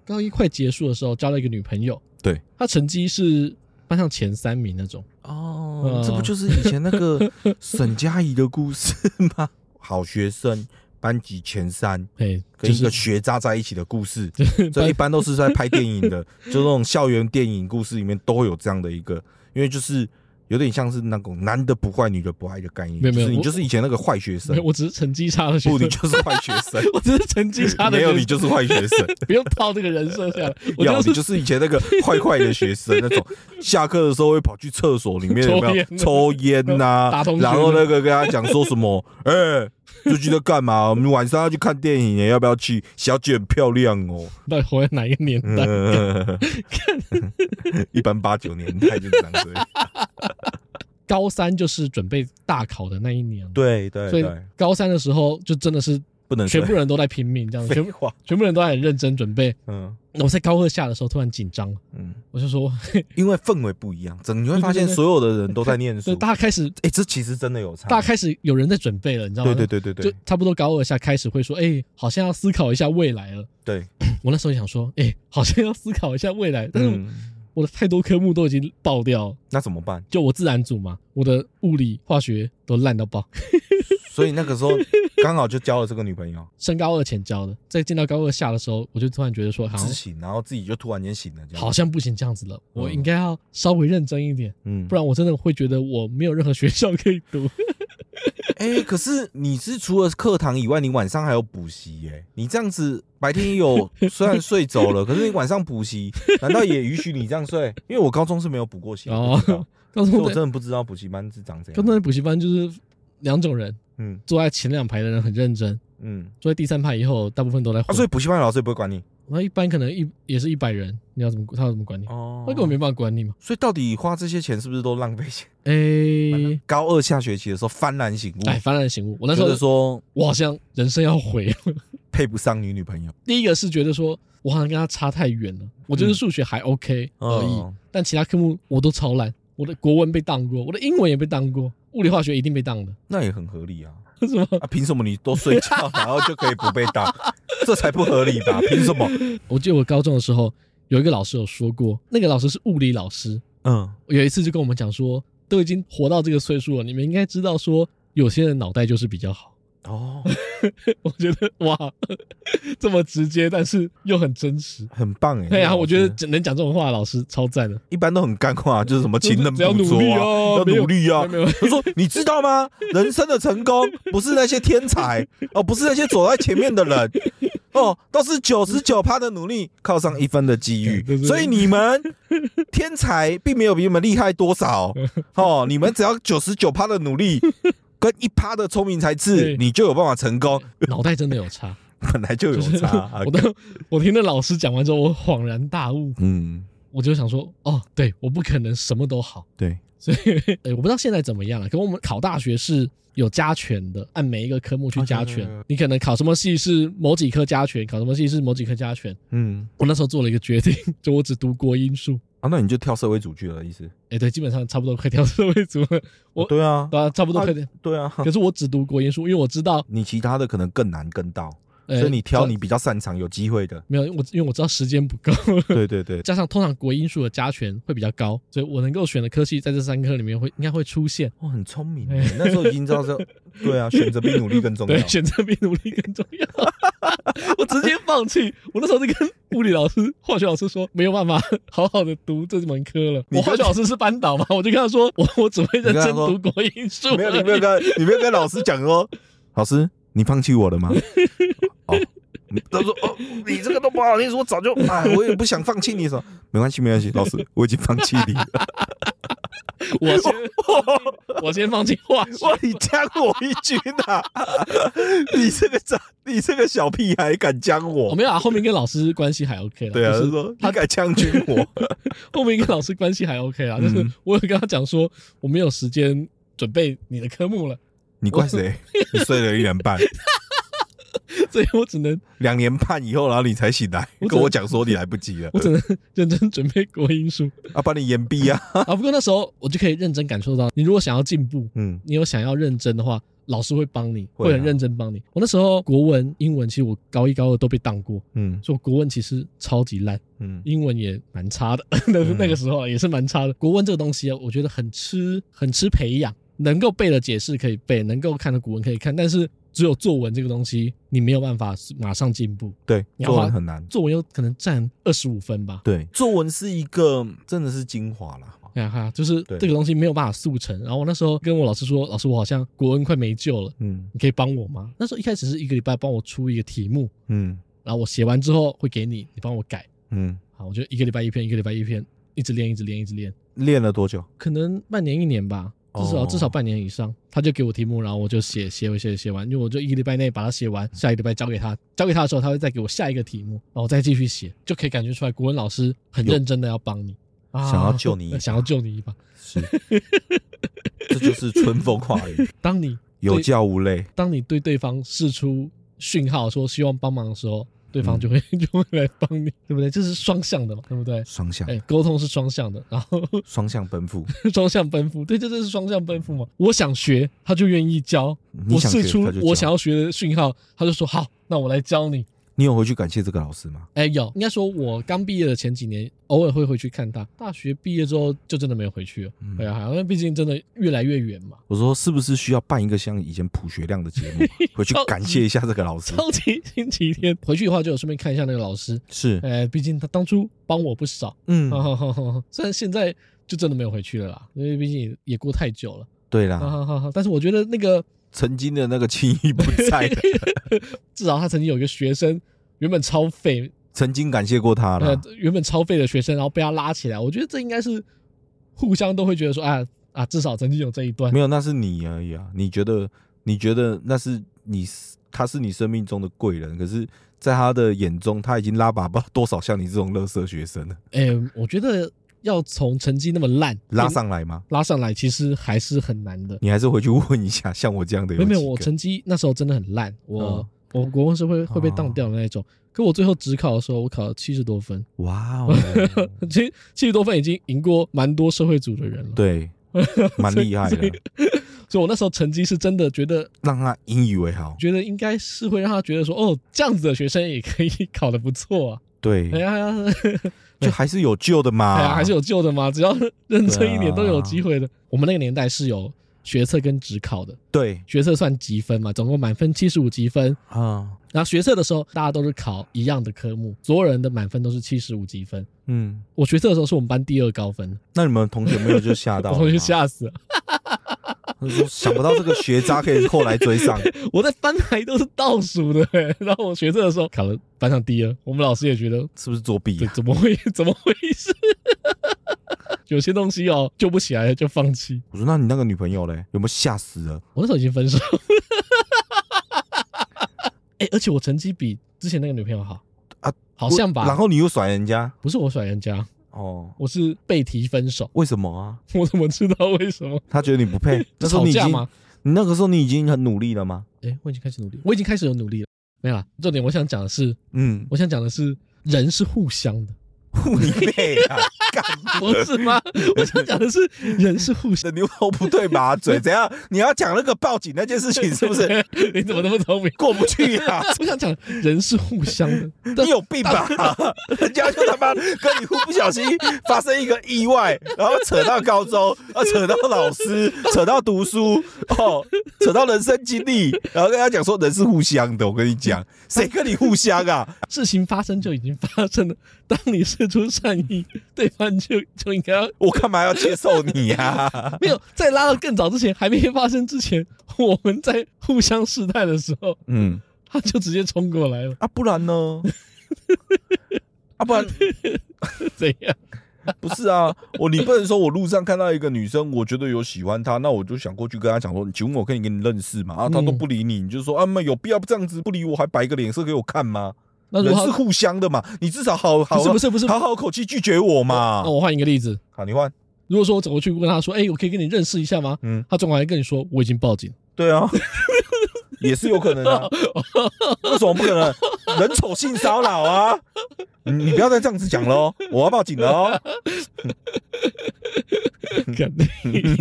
S2: 高一快结束的时候，交了一个女朋友，
S1: 对，
S2: 她成绩是班上前三名那种， *laughs*
S1: 哦
S2: 这不就是
S1: 以前那个沈佳宜的故事吗？好学生，班级前三。
S2: 哎，
S1: 跟
S2: 就
S1: 一个
S2: 是
S1: 学渣在一起的故
S2: *laughs*
S1: 事，这一般都是在拍电影的，就那种校园电影故事里面都会有这样的一个，因为就是有点像是那种男的不坏，女的不爱的概念，
S2: 没有
S1: 就是
S2: 没有
S1: 你
S2: 我
S1: 就是以前那个坏学生
S2: 没有，，我只是成绩差的学
S1: 不，你
S2: 生，
S1: 就是坏学生，
S2: *laughs* 我只是成绩差
S1: *laughs*
S2: 的
S1: 没
S2: 学
S1: 有
S2: 生，
S1: 你就是坏学生， *laughs*
S2: 不用套这个人设下来，我
S1: 要你
S2: 就是
S1: 就是以前那个坏坏的学生，那
S2: *laughs*
S1: 种下课的时候会跑去厕所里面有没有抽
S2: 抽
S1: 烟呐、
S2: 打同学
S1: 然后那个跟他讲说什么，哎、最近在干嘛？我们晚上要去看电影耶，要不要去？小姐很漂亮哦。
S2: 到底活在哪一个年代？
S1: 嗯， *laughs* 一般八九年代就长这样。
S2: 高三就是准备大考的那一年，，
S1: 对对
S2: 所以
S1: 对，嗯
S2: 高三的时候就真的是
S1: 不能
S2: 全部
S1: 睡
S2: 人都在拼命，这样，全
S1: 废
S2: 部
S1: 话。
S2: 全部人都在很认真准备。
S1: *laughs* 嗯
S2: 我在高二下的时候突然紧张了，
S1: 嗯，
S2: 我就说， *laughs*
S1: 因为氛围不一样，整你会发现
S2: 对对对
S1: 所有的人都在念
S2: 就
S1: 书。
S2: 大家开始，
S1: 哎，这其实真的有差。
S2: 大家开始有人在准备了，你知道吗？
S1: 对对对对
S2: 就
S1: 对
S2: 差不多高二下开始会说，哎、好像要思考一下未来了。
S1: 对，
S2: 我那时候也想说，哎、好像要思考一下未来，但是我
S1: 嗯嗯，
S2: 我的太多科目都已经爆掉了，
S1: 那怎么办？
S2: 就我自然组嘛，我的物理、化学都烂到爆。
S1: 所以那个时候刚好就交了这个女朋友，
S2: 升高二前教的，在进到高二下的时候，我就突然觉得说，好
S1: 自
S2: 像
S1: 省，然后自己就突然间醒了，这样
S2: 好像不行这样子了，我
S1: 嗯
S2: 应该要稍微认真一点，
S1: 嗯
S2: 不，然我真的会觉得我没有任何学校可以
S1: *laughs*
S2: 读。
S1: 哎、可是你是除了课堂以外，你晚上还有补习耶？你这样子白天也
S2: *laughs*
S1: 有，虽然睡走了，可是你晚上补习，难道也允许你这样睡？因为我高中是没有补过习，
S2: 哦
S1: 我不知道所以
S2: 高中 *laughs*
S1: 我
S2: 的
S1: 真的不知道补习班是长怎
S2: 高中的
S1: 样。
S2: 补习班就是两种人，
S1: 嗯
S2: 坐在前两排的人很认真，
S1: 嗯，
S2: 坐在第三排以后，大部分都在
S1: 啊，
S2: 混。
S1: 所以补习班的老师也不会管你
S2: 那一般可能一也是一百人，你要怎么他要怎么管你？
S1: 哦
S2: 他根本没办法管你嘛。
S1: 所以到底花这些钱是不是都浪费
S2: *laughs*
S1: 钱？
S2: 哎，
S1: 高二下学期的时候幡然醒悟，
S2: 哎，幡然醒悟，我那时
S1: 觉得
S2: 候
S1: 说
S2: 我好像人生要毁了。
S1: 配不上你女朋友
S2: 第一个是觉得说我好像跟他差太远了，我就是数学还 OK 而已，
S1: 嗯
S2: 但其他科目我都超烂，我的国文被当过，我的英文也被当过，物理化学一定被当的， *laughs*
S1: 那也很合理啊。
S2: 为什么？
S1: 啊，凭什么你多睡
S2: *laughs*
S1: 觉，然后就可以不被打？这才不合理吧？凭什么？
S2: 我记得我高中的时候有一个老师有说过，那个老师是物理老师，
S1: 嗯，
S2: 有一次就跟我们讲说，都已经活到这个岁数了，你们应该知道说有些人脑袋就是比较好。 *laughs*
S1: 哦，
S2: 我觉得哇， *laughs* 这么直接，但是又很真实。
S1: 很棒哎。
S2: *laughs* 对
S1: 那
S2: 啊，
S1: 个老
S2: 我觉得
S1: 师
S2: 只能讲这种话的老师超赞的。
S1: 一般都很干
S2: *laughs*
S1: 话，就是什么勤能
S2: 只要
S1: 补
S2: 努力
S1: 拙
S2: 哦
S1: 啊，要
S2: 没有
S1: 努力啊
S2: 没有没有。
S1: 他说：“你知道吗？人生的成功 *laughs* 不是那些天才哦，不是那些走在前面的人哦，都是九十九趴的努力靠上一分的机遇
S2: 对对。对
S1: 所以你们天才并没有比你们厉害多
S2: *laughs*
S1: 少哦，你们只要九十九趴的努力。”跟一趴的聪明才智
S2: 对，
S1: 你就有办法成功。
S2: 脑袋真的有差，
S1: 本来就有差、啊
S2: *laughs* 我都我听那老师讲完之后，我恍然大悟，
S1: 嗯，
S2: 我就想说，哦，对，我不可能什么都好，
S1: 对，
S2: 所以呃我不知道现在怎么样了。可我们考大学是有加权的，按每一个科目去加权
S1: 哦有有有。
S2: 你可能考什么系是某几科加权，考什么系是某几科加权。
S1: 嗯，
S2: 我那时候做了一个决定， *laughs* 就我只读国英数。
S1: 啊，那你就跳社会主剧了，意思？
S2: 哎，对，基本上差不多快跳社会组了，我
S1: 对啊，
S2: 对啊，差不多快点。
S1: 对啊， *laughs*
S2: 可是我只读国英数，因为我知道，
S1: 你其他的可能更难跟到，
S2: 呃，
S1: 所以你挑
S2: 我。
S1: 你比较擅长、有机会的
S2: *laughs* 没有我，因为我知道时间不够，
S1: 对对对，
S2: 加上通常国英数的加权会比较高，所以我能够选的科系在这三科里面会应该会出现。
S1: 我哦很聪明耶，那时候已经知道
S2: *laughs*
S1: 这，对啊，选择比努力更重要
S2: 哎对，。选择比努力更重要。 *laughs* 我直接放弃。我那时候就跟物理老师、化学老师说，没有办法好好的读这门科了。
S1: 你
S2: 我
S1: 就
S2: 化学老师是班导嘛，我就跟他说， *laughs* 我我只会认
S1: 你跟他
S2: 真
S1: 说
S2: 读国英数而已。
S1: 没有， *laughs* 你没有跟，你没有跟老师讲说，老师，你放弃我了吗？
S2: *laughs*
S1: 哦，他说哦，你这个都不好意思，我早就哎，我也不想放弃你什么，没关系，没关系，老师，我已经放弃你
S2: *laughs*
S1: 了。
S2: 我先 *laughs* 我先放弃化学。
S1: 哇，你将我一军啊！ *laughs* 你这个渣，你这个小屁孩敢将
S2: 我
S1: 我？
S2: 没有啊，后面跟老师关系还 OK 了。
S1: 对啊，
S2: 就
S1: 他
S2: 是
S1: 说你敢将军 *laughs* 我？
S2: 后面跟老师关系还 OK 啦，就是
S1: 嗯
S2: 我有跟他讲说，我没有时间准备你的科目了， *laughs*
S1: 你怪谁？你睡了一年 *laughs* 半，
S2: 所以我只能
S1: 两年半以后，然后你才醒来
S2: 我，只
S1: 跟我讲说你来不及了
S2: 我，只能认真准备国英数
S1: 啊，把你延毕啊。
S2: 啊。不过那时候我就可以认真感受到，你如果想要进步，
S1: *laughs* 嗯，
S2: 你有想要认真的话，老师会帮你，
S1: 会啊
S2: 会很认真帮你。我那时候国文、英文，其实我高一、高二都被当过，
S1: 嗯
S2: 所以我国文其实超级烂，
S1: 嗯，
S2: 英文也蛮差的。 *laughs* 那那个时候啊也是蛮差的。国文这个东西啊，我觉得很吃很吃培养，能够背的解释可以背，能够看的古文可以看，但是只有作文这个东西，你没有办法马上进步。
S1: 对，
S2: 你要
S1: 作文
S2: 花
S1: 很难。
S2: 作文有可能占二十五分吧。
S1: 对，作文是一个真的是精华啦。
S2: 哎呀哈，就是
S1: 对
S2: 这个东西没有办法速成。然后我那时候跟我老师说，老师，我好像国文快没救了。
S1: 嗯
S2: 你可以帮我吗？那时候一开始是一个礼拜帮我出一个题目，
S1: 嗯
S2: 然后我写完之后会给你，你帮我改。
S1: 嗯，
S2: 好，我就一个礼拜一篇，一个礼拜一篇，一直练，一直练，一直练，
S1: 练了多久？
S2: 可能半年一年吧，至少、
S1: 哦
S2: 至少半年以上。他就给我题目，然后我就写写写写写完，因为我就一个礼拜内把它写完，下一个礼拜交给他。交给他的时候，他会再给我下一个题目，然后我再继续写，就可以感觉出来国文老师很
S1: 有
S2: 认真的要帮你，啊
S1: 想要救你一把
S2: 想要救你一把。
S1: *laughs* 是，这就是春风化雨，
S2: 当你
S1: 有教无类。
S2: 当你对对方释出讯号说希望帮忙的时候，对
S1: 嗯
S2: 方就会、 *laughs* 就会来帮你，对不对？这是双向的嘛，对不对？
S1: 双向
S2: 哎，沟通是双向的，然后 *laughs*
S1: 双向奔赴，
S2: 双向奔赴，对，这就是双向奔赴嘛。我想学，他就愿意教；
S1: 你
S2: 我
S1: 想
S2: 试
S1: 学
S2: 出
S1: 他就
S2: 我
S1: 教
S2: 想要学的讯号，他就说好，那我来教你。
S1: 你有回去感谢这个老师吗？
S2: 哎、有，应该说我刚毕业的前几年，偶尔会回去看他。大学毕业之后就真的没有回去了。
S1: 嗯
S2: 对啊，因为毕竟真的越来越远嘛，
S1: 我说是不是需要办一个像以前朴学亮的节目，回去感谢一下这个老师？
S2: *laughs* 超级星期天回去的话，就有顺便看一下那个老师。
S1: 是，
S2: 哎、毕竟他当初帮我不少，
S1: 嗯，
S2: *laughs* 虽然现在就真的没有回去了啦，因为毕竟也过太久了。
S1: 对
S2: 哈
S1: 啦，
S2: 哈哈哈！ *laughs* 但是我觉得
S1: *laughs*
S2: 那个
S1: 曾经的那个情谊不
S2: *laughs*
S1: 在了，
S2: 至少他曾经有一个学生，原本超废，
S1: 曾经感谢过他
S2: 呃
S1: 了。，
S2: 原本超废的学生，然后被他拉起来，我觉得这应该是互相都会觉得说啊啊，至少曾经有这一段
S1: 没。有，那是你而已啊。你觉得，你觉得那是你，他是你生命中的贵人，可是，在他的眼中，他已经拉拔不到多少像你这种乐色学生了，
S2: 哎、我觉得要从成绩那么烂
S1: 拉上来吗？
S2: 拉上来，其实还是很难的。
S1: 你还是回去问一下，像我这样的有
S2: 没有没有，
S1: 几
S2: 我
S1: 个
S2: 成绩那时候真的很烂，我
S1: 嗯、
S2: 我国文是会会被当
S1: 哦
S2: 掉的那一种。可我最后只考的时候，我考了七十多分，
S1: 哇
S2: *laughs*
S1: 哦，
S2: 其实七十多分已经赢过蛮多社会组的人了。，
S1: 对， *laughs* 蛮厉害的，
S2: *laughs* 所以我那时候成绩是真的觉得
S1: 让他引以为豪。
S2: 觉得应该是会让他觉得说，哦，这样子的学生也可以考得不错啊。
S1: 对
S2: 哎，呀， *laughs*
S1: 就还是有救的嘛，
S2: 哎呀，还是有救的嘛，只要认真一
S1: 对
S2: 点
S1: 啊
S2: 都有机会的。我们那个年代是有学测跟职考的，
S1: 对
S2: 学测算积分嘛，总共满分七十五积分。
S1: 啊，
S2: 然后学测的时候，大家都是考一样的科目，所有人的满分都是七十五积分。
S1: 嗯。
S2: 我学测的时候是我们班第二高分，
S1: 那你们同学没有就吓到
S2: 我 *laughs*
S1: 了吗？
S2: 同学吓死了。
S1: 他说想不到这个学渣可以后来追
S2: *laughs*
S1: 上，
S2: 我在班台都是倒数的、欸，然后我学测的时候考了班上第二，我们老师也觉得
S1: 是不是作弊
S2: 这
S1: 啊？
S2: 怎么会 *laughs* 怎么回事？有些东西哦救不起来就放弃。
S1: 我说那你那个女朋友嘞，有没有吓死了？
S2: 我那时候已经分手了， *laughs* 哎、而且我成绩比之前那个女朋友好
S1: 啊，
S2: 好像
S1: 我然
S2: 吧？
S1: 后你又甩人家
S2: 不是我甩人家，
S1: 哦？
S2: 我是被提分手。 *laughs*
S1: 为什么啊？
S2: 我怎么知道为什么？
S1: 他觉得你不
S2: *laughs*
S1: 配。那时候
S2: 吵
S1: 你已
S2: 架
S1: 经，
S2: 吗？
S1: 你那个时候你已经很努力了吗？
S2: 哎、我已经开始努力，我已经开始有努力了。没有啦，重点我想讲的是，
S1: 嗯，
S2: 我想讲的是，人是互相的，
S1: 护你妹
S2: *laughs*
S1: 啊！干
S2: 不是吗？ *laughs* 我想讲的是，人是互相
S1: 的牛头不对马嘴，怎样？你要讲那个报警那件事情是不
S2: *laughs*
S1: 是
S2: 的。你怎么那么聪明？ *laughs*
S1: 过不去啊？
S2: 我想讲，人是互相的。但
S1: 你有病吧？人家就他妈跟你不小心发生一个意外，然后扯到高中，啊，扯到老师，扯到读书，哦，扯到人生经历，然后跟他讲说人是互相的。我跟你讲，谁跟你互相啊？
S2: 事情发生就已经发生了，当你事出善意，对方就就应该要
S1: 我干嘛要接受你啊呀、
S2: 没有在拉到更早之前，还没发生之前，我们在互相试探的时候，
S1: 嗯，
S2: 他就直接冲过来了，
S1: 啊，不然呢？啊，不然
S2: 怎样？
S1: 不是啊，我你不能说我路上看到一个女生，我觉得有喜欢她，那我就想过去跟她讲说，请问我可以跟你认识
S2: *laughs*
S1: 吗？啊，她都
S2: 嗯
S1: 不理你，你就说啊，没有必要这样子不理我，还摆个脸色给我看吗？
S2: *laughs* 那如
S1: 人是
S2: 果
S1: 互相的嘛，你至少好
S2: 他
S1: 好
S2: 不是不是不是，哦
S1: 好好口气拒绝我嘛
S2: 那。我换一个例子，
S1: 好，你换，
S2: 如果说我走过去问他说：“哎、我可以跟你认识一下吗？”
S1: 嗯，
S2: 他转过来跟你说：“我已经报警。
S1: 对啊， *laughs* 也是有可能啊，为什么不可能？人丑性骚扰啊！你你不要再这样子讲喽，我要报警了哦。
S2: 干”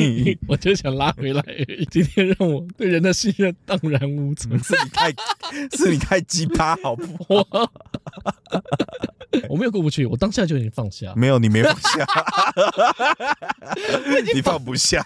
S2: *laughs* 我就想拉回来而已。今天让我对人的信任荡然无
S1: *laughs*
S2: 存。
S1: 嗯是你太是你太鸡巴好不好？
S2: 我我没有过不去，我当下就已经放下。
S1: *laughs* 没有，你没放下，你放不下，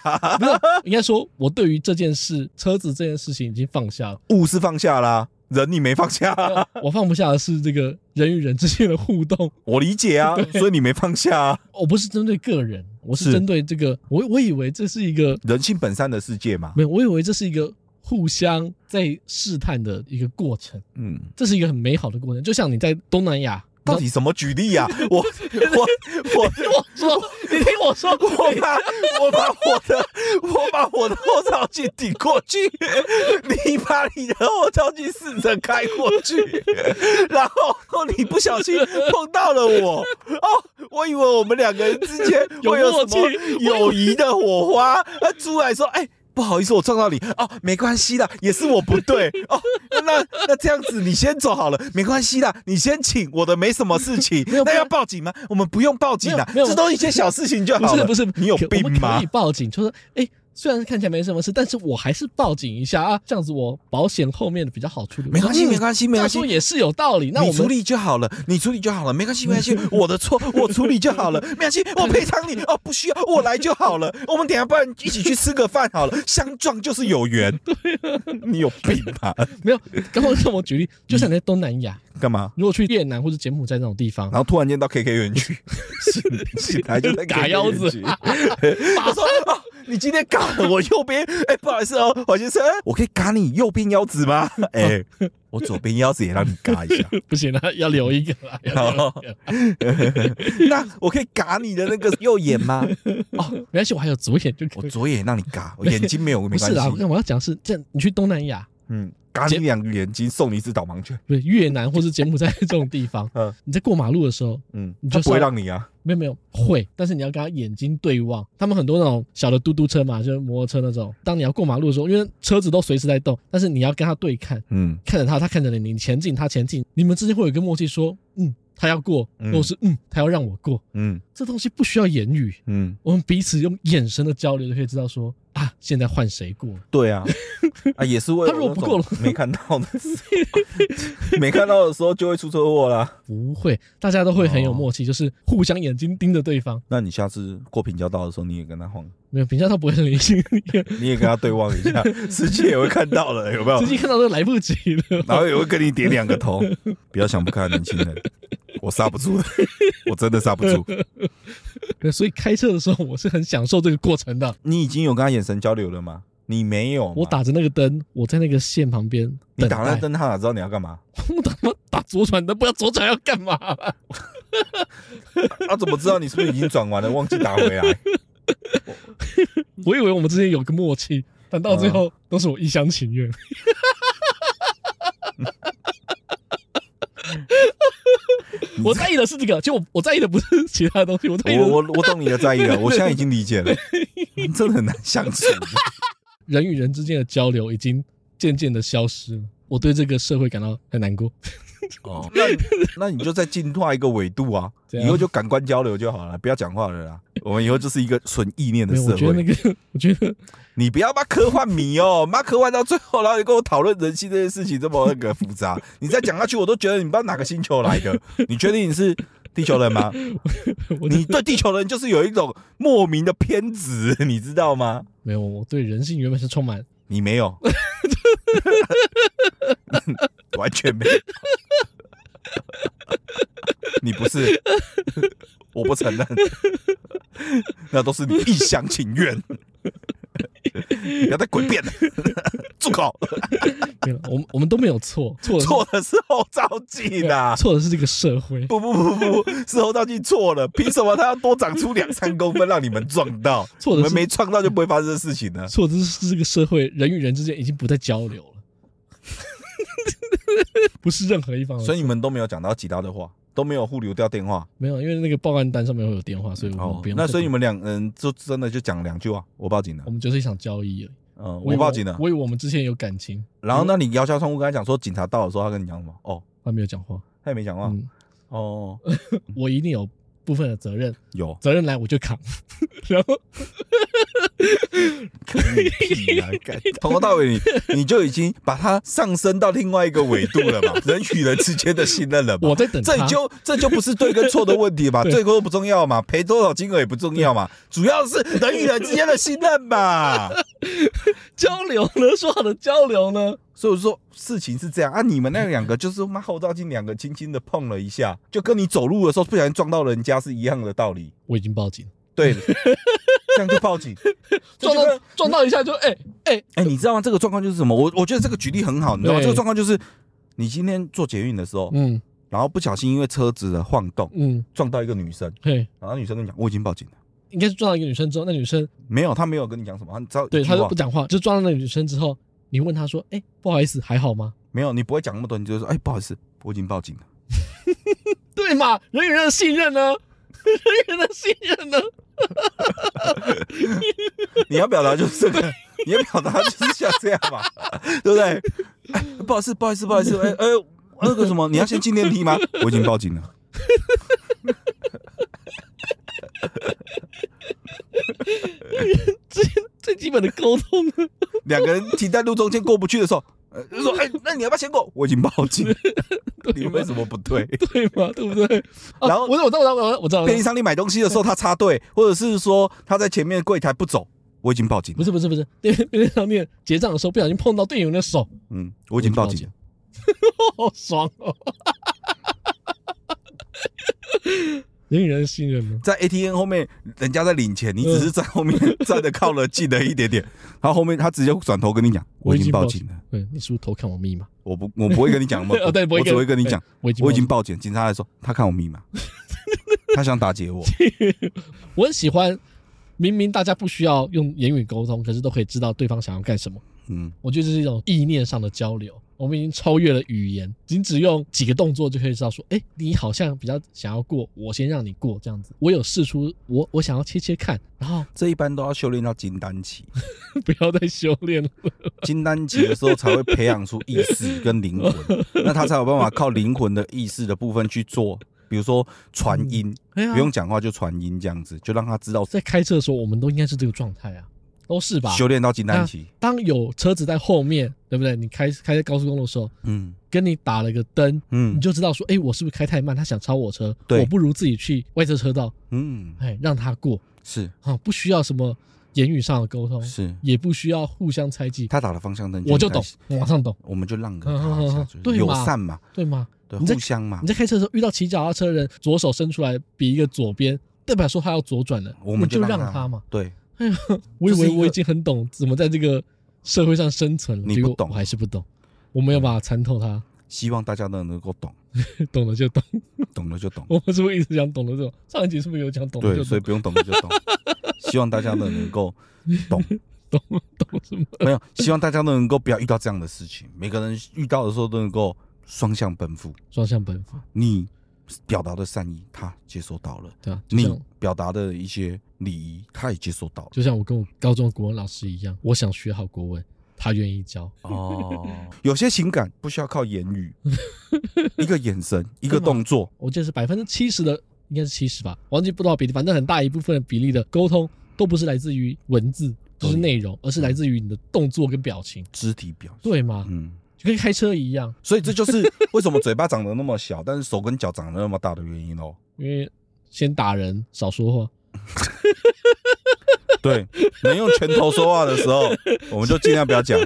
S2: 应该说，我对于这件事，车子这件事情已经放下了。
S1: 物是放下啦，人你没放下，
S2: *laughs* 我放不下的是这个人与人之间的互动。
S1: 我理解啊，所以你没放下啊，
S2: 我不是针对个人，我是
S1: 是
S2: 针对这个。我我以为这是一个
S1: 人性本善的世界嘛，
S2: 没有，我以为这是一个互相在试探的一个过程，
S1: 嗯。
S2: 这是一个很美好的过程。就像你在东南亚，
S1: 到底什么举例啊？我我我
S2: 你听我说， *laughs* 你听我说，
S1: 我把我把我的我把我的后照镜顶过去， *laughs* 你把你的后照镜试着开过去，然后你不小心碰到了我，哦，我以为我们两个人之间
S2: *laughs* 有
S1: 会有
S2: 默
S1: 什么
S2: 契
S1: 友谊的火花，那出来说，哎、不好意思，我撞到你哦，没关系的，也是我不对哦。那那这样子，你先走好了，没关系的，你先请，我的没什么事情。
S2: 没有不
S1: 那
S2: 然
S1: 要报警吗？我们不用报警的，
S2: 没有没有
S1: 这都一些小事情就 *laughs*
S2: 不
S1: 好
S2: 是
S1: 了。
S2: 不是，
S1: 你有
S2: 可
S1: 病
S2: 我们可
S1: 吗
S2: 以？报警，就说哎、虽然看起来没什么事，但是我还是报警一下啊，这样子我保险后面的比较好处理。
S1: 没关系，
S2: 嗯
S1: 没关系，没关系
S2: 这样说。也是有道理。那我
S1: 你处
S2: 们嗯
S1: 理就好了，你处理就好了，没关系，没关系，我的
S2: *laughs*
S1: 错，我处理就好了，没关系，我赔偿你哦，不需要，我来就好了。我们等一下不然一起去吃个饭好了，相撞就是有
S2: *laughs*
S1: 缘。对、
S2: 啊
S1: 你有病吧？
S2: 没有，刚刚让我举例，就像你在东南亚，
S1: 干嘛？
S2: 如果去越南或者柬埔寨那种地方
S1: 然，后突然间到 KK 园区，
S2: *laughs*
S1: 醒醒来就在 KK
S2: 嘎腰子
S1: 园
S2: *laughs*
S1: 区我说、哦、你今天嘎了我右边，哎、不好意思哦，黄先生，我可以嘎你右边腰子吗？哎、我左边腰子也让你嘎一下。
S2: 不行啊，要留一个啦。要留一
S1: 好
S2: 个，
S1: *laughs* 那我可以嘎你的那个右眼 *laughs* 吗？
S2: 哦，没关系，我还有左眼就
S1: 我
S2: 可以。
S1: 左眼让你嘎，啊我眼睛没有没
S2: 不
S1: 关
S2: 是啦，
S1: 系。
S2: 那我要讲是这样，你去东南亚，
S1: 嗯，嘎你两个眼睛，送你一只导盲犬。
S2: 不是越南或是柬埔寨这种地方，
S1: *laughs* 嗯
S2: 你在过马路的时候，
S1: 嗯
S2: 你，
S1: 他
S2: 就
S1: 不会
S2: 说
S1: 让你啊。
S2: 没有没有会，但是你要跟他眼睛对望。他们很多那种小的嘟嘟车嘛，就是摩托车那种，当你要过马路的时候，因为车子都随时在动，但是你要跟他对看， *laughs*
S1: 嗯，
S2: 看着他，他看着你，你前进，他前进，你们之间会有一个默契，说，嗯，他要过，
S1: 嗯
S2: 或是嗯，他要让我过，
S1: 嗯
S2: 这东西不需要言语，
S1: 嗯，
S2: 我们彼此用眼神的交流就可以知道说啊，现在换谁过了。
S1: 对 *laughs* 啊，啊也是为了
S2: 他如果不
S1: 那种
S2: 够
S1: 没看到的时候， *laughs* 没看到的时候就会出车祸啦。
S2: 不会，大家都会很有
S1: 哦
S2: 默契，就是互相眼睛盯着对方。
S1: 那你下次过平交道的时候，你也跟他晃，
S2: 没有，评价他不会很理性，
S1: 你也跟他对望一 *laughs* 下，司机也会看到了，有没有
S2: *laughs* 直？接看到都来不及了。
S1: 然后也会跟你点两个头，不要想不开，啊年轻人，我刹不住了，我真的刹不住。
S2: 对所以开车的时候，我是很享受这个过程的。
S1: 你已经有跟他眼神交流了吗？你没有嘛，
S2: 我打着那个灯，我在那个线旁边
S1: 你
S2: 等
S1: 打那
S2: 待。
S1: 灯，他哪知道你要干嘛？
S2: *laughs*
S1: *laughs*
S2: 我打我打左转灯，不知道左转要干嘛、
S1: 他、啊怎么知道你是不是已经转完了，忘记打
S2: *laughs*
S1: 回来？
S2: 我以为我们之间有个默契，但到最
S1: 嗯
S2: 后都是我一厢情愿。 *laughs* 我在意的是这个，就我我在意的不是其他东西，我在意的
S1: 我
S2: 是
S1: 我我懂你的在意
S2: *laughs*
S1: 了，我现在已经理解了，真的很难相处。
S2: 人与人之间的交流已经渐渐的消失了。我对这个社会感到很难过。
S1: 哦， *laughs* 那那你就再进化一个纬度啊，
S2: 怎样
S1: 以后就感官交流就好了，不要讲话了啦。我们以后就是一个纯意念的
S2: 没有，我
S1: 社
S2: 觉得那
S1: 会。
S2: 个， *laughs* 我觉得
S1: 你不要把科幻迷哦，妈科幻到最后，然后你跟我讨论人性这件事情这么那个复杂，你再讲下去，我都觉得你不知道哪个星球来的。你确定你是地球人吗？
S2: 我
S1: 你对地球人就是有一种莫名的偏执，你知道吗？
S2: 没有，我对人性原本是充满
S1: 你没
S2: *laughs*
S1: 有，完全没有，你不是，我不承认，那都是你一厢情愿。你不要再诡辩了，住口！
S2: 没有，我们我们都没有错，错的是
S1: 错的是后照镜啊！
S2: 错的是这个社会。
S1: 不不不不不，是后照镜错了，凭什么他要多长出两三公分让你们撞到？
S2: 错
S1: 你
S2: 的
S1: 们
S2: 是
S1: 没撞到就不会发生的事情呢？
S2: 错的是这个社会人与人之间已经不再交流了， *laughs* 不是任何一方的。
S1: 所以你们都没有讲到其他的话，都没有互留掉电话。
S2: 没有，因为那个报案单上面会有电话，所以我嗯们不用再。
S1: 哦那所以你们两人就真的就讲两句话，我报警了
S2: 我，们就是一场交易而已。
S1: 嗯，
S2: 以
S1: 我
S2: 为
S1: 报警了。
S2: 我以为我们之前有感情，
S1: 然后那你摇下窗户跟他讲说警察到的时候，他跟你讲什么？哦，
S2: 他没有讲话。
S1: 他也没讲话。
S2: 嗯，
S1: 哦，
S2: 我一定有部分的责任， *laughs*
S1: 有，
S2: 责任来我就扛。然后
S1: 可以屁啊！干从头到尾你你就已经把他上升到另外一个维度了
S2: *laughs*
S1: 嘛，人与人之间的信任了嘛
S2: 我。在等他，
S1: 这就这就不是对跟错的问题嘛，
S2: *laughs* 对
S1: 对错不重要嘛，赔多少金额也不重要
S2: *laughs*
S1: 嘛，主要是人与人之间的信任嘛。
S2: 交流呢， *laughs* 说好的交流呢，
S1: 所以我说事情是这样啊，你们那两个就是妈后照镜两个轻轻的碰了一下，就跟你走路的时候不小心撞到人家是一样的道理。
S2: 我已经报警了， *laughs*
S1: 对，这样就报警。
S2: 撞到撞到一下就哎哎、
S1: 哎、你知道吗？这个状况就是什么？我我觉得这个举例很好，你知道吗？
S2: 对
S1: 这个状况就是你今天做捷运的时候，
S2: 嗯
S1: 然后不小心因为车子的晃动
S2: 嗯，
S1: 撞到一个女生，
S2: 嘿，
S1: 然后女生跟你讲我已经报警了，
S2: 应该是撞到一个女生之后，那女生
S1: 没有，她没有跟你讲什么，她只要一
S2: 对
S1: 句
S2: 她就
S1: 话
S2: 不讲话，就撞到那个女生之后，你问她说，哎、不好意思，还好吗？
S1: 没有，你不会讲那么多，你就说哎、不好意思，我已经报警了。
S2: 对嘛，人与人的信任呢？ *laughs* 人与人的信任呢？
S1: 你要表达就是这个，你要表达就是像这样嘛， *laughs* 对不对？哎，不好意思，不好意思，不好意思，哎哎，那个什么，你要先进电梯吗？ *laughs* 我已经报警了。
S2: 这这基本的沟通了。
S1: 两个人停在路中间过不去的时候，呃，就说：“哎、那你要不要先过？”我已经报警，你为什么不对？
S2: 对吗？对不对？啊
S1: 然后
S2: 我知道我知道我知道我知道，我知
S1: 便利
S2: 道
S1: 商店买东西的时候他插队，或者是说他在前面柜台不走，我已经报警
S2: 不。是不是不是，店便利商店结账的时候不小心碰到店员的手，
S1: 嗯，我已经报警了。
S2: 好爽哦！ *laughs* 人与人的信任呢？
S1: 在 ATM 后面，人家在领钱，你只是在后面 *laughs* 站的靠了近了一点点，然后后面他直接转头跟你讲：“
S2: 我
S1: 我
S2: 已
S1: 已
S2: 经
S1: 经报
S2: 报
S1: 警了。
S2: 对，你是不是偷看我密码？”，
S1: 我不，我不会跟你讲嘛
S2: *laughs* 哦对不会
S1: 我
S2: 跟
S1: 只会跟你讲，
S2: 我已经
S1: 我已经
S2: 报
S1: 报警。警察来说，他看我密
S2: *laughs*
S1: 码，他想打劫我。
S2: 警，我很喜欢，明明大家不需要用言语沟通，可是都可以知道对方想要干什么。
S1: 嗯，
S2: 我觉得这是一种意念上的交流。我们已经超越了语言，仅只用几个动作就可以知道说，哎，你好像比较想要过，我先让你过这样子。我有试出我我想要切切看，然后 *laughs*
S1: 这一般都要修炼到金丹期，
S2: 不要再修炼了。
S1: 金丹期的时候才会培养出意识跟灵
S2: *laughs*
S1: 魂，那他才有办法靠灵魂的意识的部分去做，比如说传音，
S2: 哎呀
S1: 不用讲话就传音这样子，就让他知道
S2: 在开车的时候，我们都应该是这个状态啊，都是吧？
S1: 修炼到金丹期。
S2: 当有车子在后面，对不对？你开开在高速公路的时候，
S1: 嗯
S2: 跟你打了个灯，你
S1: 嗯
S2: 就知道说，哎，我是不是开太慢？他想超我车，
S1: 对
S2: 我不如自己去外侧车道，
S1: 嗯，
S2: 哎，让他过
S1: 是
S2: 啊，不需要什么言语上的沟通，
S1: 是，
S2: 也不需要互相猜忌，
S1: 他打了方向灯，
S2: 哦我就懂
S1: 开始，
S2: 我马上懂，
S1: 我们就让给他一下，
S2: 嗯
S1: 就
S2: 对
S1: 是友
S2: 嘛
S1: 善嘛，
S2: 对吗？
S1: 对，
S2: 你在
S1: 互相嘛
S2: 你。在开车的时候遇到骑脚踏车的人，左手伸出来比一个左边，代表说他要左转了，
S1: 我们
S2: 你就让
S1: 他
S2: 他嘛。，
S1: 对，
S2: 哎呀，我以
S1: 这是
S2: 为
S1: 一个
S2: 我已经很懂怎么在这个社会上生存了，
S1: 你
S2: 结果
S1: 不懂
S2: 我还是不懂，我没有办法参透它，
S1: 希望大家都能够懂，
S2: *laughs* 懂了就懂。 *laughs*
S1: 懂了就懂。
S2: 我们是不是一直讲懂了这种？上一集是不是有讲懂了
S1: 对，
S2: 就
S1: 所以
S2: 懂？
S1: 不用懂了就懂。希望大家都能够懂，
S2: *laughs* 懂懂什么？
S1: 没有，希望大家都能够不要遇到这样的事情。每个人遇到的时候都能够双向奔赴，
S2: 双向奔赴，
S1: 你表达的善意他接收到了，
S2: 对吧、就
S1: 你
S2: 像
S1: 表达的一些礼仪他也接收
S2: *laughs*
S1: 到了。
S2: 就像我跟我高中的国文老师一样，我想学好国文，他愿意教。
S1: 哦，有些情感不需要靠言
S2: *laughs*
S1: 语，一个眼神，一个动作，
S2: 我记得是百分之七十的，应该是七十吧，忘记不知道比例，反正很大一部分的比例的沟通都不是来自于文字，就是内容，而是来自于你的动作跟表情，
S1: 肢体表现。
S2: 对吗？
S1: 嗯，
S2: 就跟开车一样，
S1: 所以这就是为什么嘴巴长得那么小，但是手跟脚长得那么大的原因喽。
S2: 因为先打人，少说话， *laughs*
S1: 对，能用拳头说话的时
S2: *laughs*
S1: 候，我们就尽量不要讲。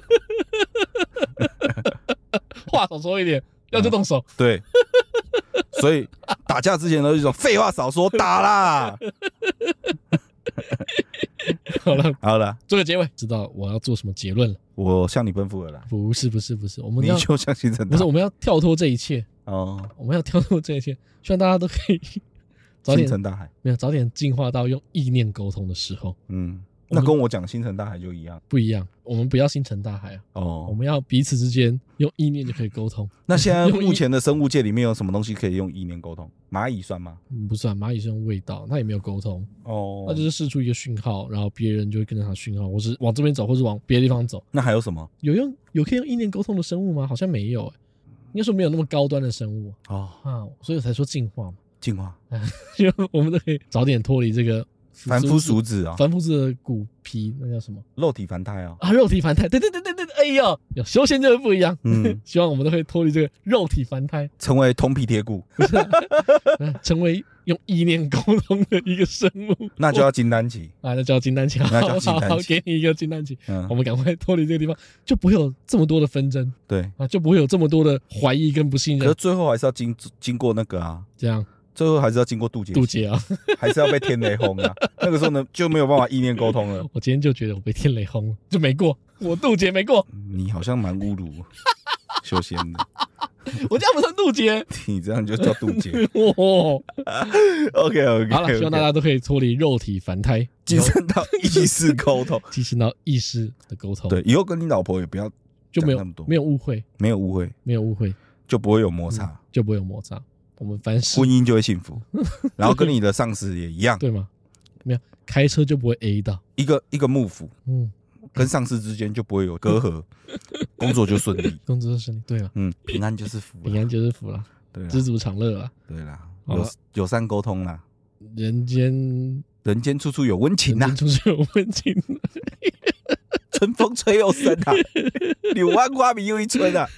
S2: 话少说一点，要就动手。
S1: 对，所以打架之前都是一种废话少说，打啦。
S2: 好了，
S1: 好了，
S2: 做个结尾，知道我要做什么结论了？
S1: 我向你奔赴了啦，
S2: 不是，不是，不是，我们
S1: 你
S2: 要
S1: 就相信正
S2: 不是，
S1: 道
S2: 我们要跳脱这一切，
S1: 哦，
S2: 我们要跳脱这一切，希望大家都可以早
S1: 星
S2: 点
S1: 辰大海。
S2: 没有早点进化到用意念沟通的时候，
S1: 嗯，
S2: 我
S1: 那
S2: 们
S1: 跟我讲星辰大海就一样
S2: 不一样。我们不要星辰大海啊，我
S1: 哦。
S2: 们要彼此之间用意念就可以沟通。
S1: 那现在
S2: 用意
S1: 目前的生物界里面有什么东西可以用意念沟通？蚂蚁算吗？
S2: 嗯不算蚂蚁是用味道，那也没有沟通，
S1: 哦，
S2: 那就是释出一个讯号，然后别人就会跟着他讯号，或是往这边走，或是往别的地方走。
S1: 那还有什么？
S2: 有用有可以用意念沟通的生物吗？好像没有、欸，应该说没有那么高端的生物
S1: 哦，
S2: 啊，所以我才说进化嘛， *laughs*
S1: 进化，
S2: 希望我们都可以早点脱离这个
S1: 凡夫俗子啊，
S2: 凡夫俗的骨皮，那叫什么？
S1: 肉体凡胎啊。
S2: 啊，肉体凡胎，对对对对对，哎呦，有修仙就是不一样。
S1: *laughs* 嗯
S2: *laughs* 希望我们都可以脱离这个肉体凡胎，
S1: 成为铜皮铁
S2: *laughs*
S1: 骨，
S2: 嗯成为用意念沟通的一个生物。
S1: 那就要金丹期。
S2: 啊，那叫金丹墙，
S1: 那叫
S2: 好
S1: 金丹
S2: 好好，
S1: 旗
S2: 给你一个金丹旗，我
S1: 嗯，
S2: 们赶快脱离这个地方，就不会有这么多的纷争
S1: 对。
S2: 啊，就不会有这么多的怀疑跟不信
S1: 可是
S2: 任，
S1: 最后还是要经经过那个啊，
S2: 这样
S1: 最后还是要经过渡劫期，
S2: 渡劫啊！
S1: *laughs* 还是要被天雷轰
S2: *laughs*
S1: 啊。那个时候呢，就没有办法意念沟通了。
S2: 我今天就觉得我被天雷轰了，就没过，我渡劫
S1: *laughs*
S2: 没过，
S1: 你好像蛮侮辱修仙的， *laughs*
S2: 我这样不算渡劫。
S1: 你这样就叫渡劫。
S2: *laughs*
S1: *laughs*
S2: 哦，
S1: OK OK，
S2: 好了，希望大家都可以脱离肉体凡胎，
S1: 晋升到意识沟
S2: *laughs*
S1: 通。
S2: 提升到意识的沟通，
S1: 对，，以后跟你老婆也不要
S2: 就没有
S1: 讲那么多
S2: 没有误会，
S1: 没有误会，
S2: 没有误会
S1: 就不会有摩擦，
S2: 就不会有摩擦。我们凡事
S1: 婚姻就会幸
S2: *laughs*
S1: 福。然后跟你的上司也一样，
S2: 对吗？没有开车就不会 A 到，
S1: 一个一个幕府
S2: 嗯，
S1: 跟上司之间就不会有隔
S2: *laughs*
S1: 阂，工作就顺利。
S2: 工作顺利，对了，
S1: 嗯，平安就是福啦，
S2: 平安就是福了，
S1: 对
S2: *laughs* 知
S1: 啦，
S2: 足常乐啊，
S1: 对啦，
S2: 好
S1: 友
S2: 了
S1: 友善沟通啦，
S2: 人间
S1: 人间处处有温情
S2: 人
S1: 呐
S2: 间。处处有温情。
S1: 春风吹又生
S2: *laughs*
S1: 啊，柳暗花明又一村啊，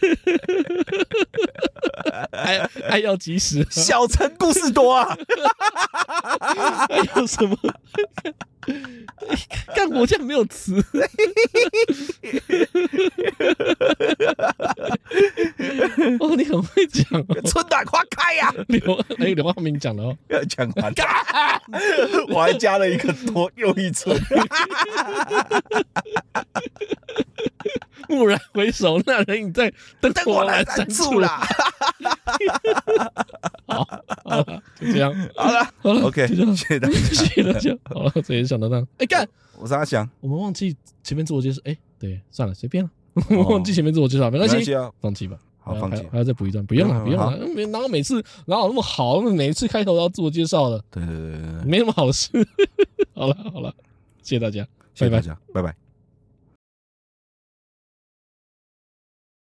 S2: 爱爱要及时、啊，
S1: 小城故事多
S2: *laughs*
S1: 啊。
S2: 还有什么？ *laughs* 干我这样没有词， *laughs* 哦，你很会讲哦，
S1: 春暖花开呀、
S2: 刘还有刘浩明讲了哦，
S1: 要讲完，
S2: *laughs*
S1: 我还加了一个多又一村，
S2: 蓦然回首，那人已在灯
S1: 等
S2: 火
S1: 我来赞
S2: 阑珊
S1: 助
S2: 处。
S1: 啦。
S2: 好了，就这样，
S1: 好了
S2: 好了
S1: ，OK，
S2: 就这样
S1: 谢，谢大家。
S2: 谢谢大家。好了，这也是想得到。哎，干，
S1: 我是阿翔，
S2: 我们忘记前面自我介绍，哎，对，算了，随便了，我
S1: 哦
S2: 们 *laughs* *laughs* 忘记前面自我介绍，
S1: 没
S2: 没关
S1: 关
S2: 系
S1: 系，啊，
S2: 放弃吧。
S1: 好
S2: 还
S1: 放弃
S2: 还。还要再补一段？不用了，不
S1: 不
S2: 用
S1: 用了
S2: 了。没，哪有每次哪有那么好？每一次开头都要自我介绍的，
S1: 对对对对对，
S2: *laughs* 没那么好事。好了好了，谢谢大家，
S1: 谢谢
S2: 拜拜
S1: 大家，拜拜。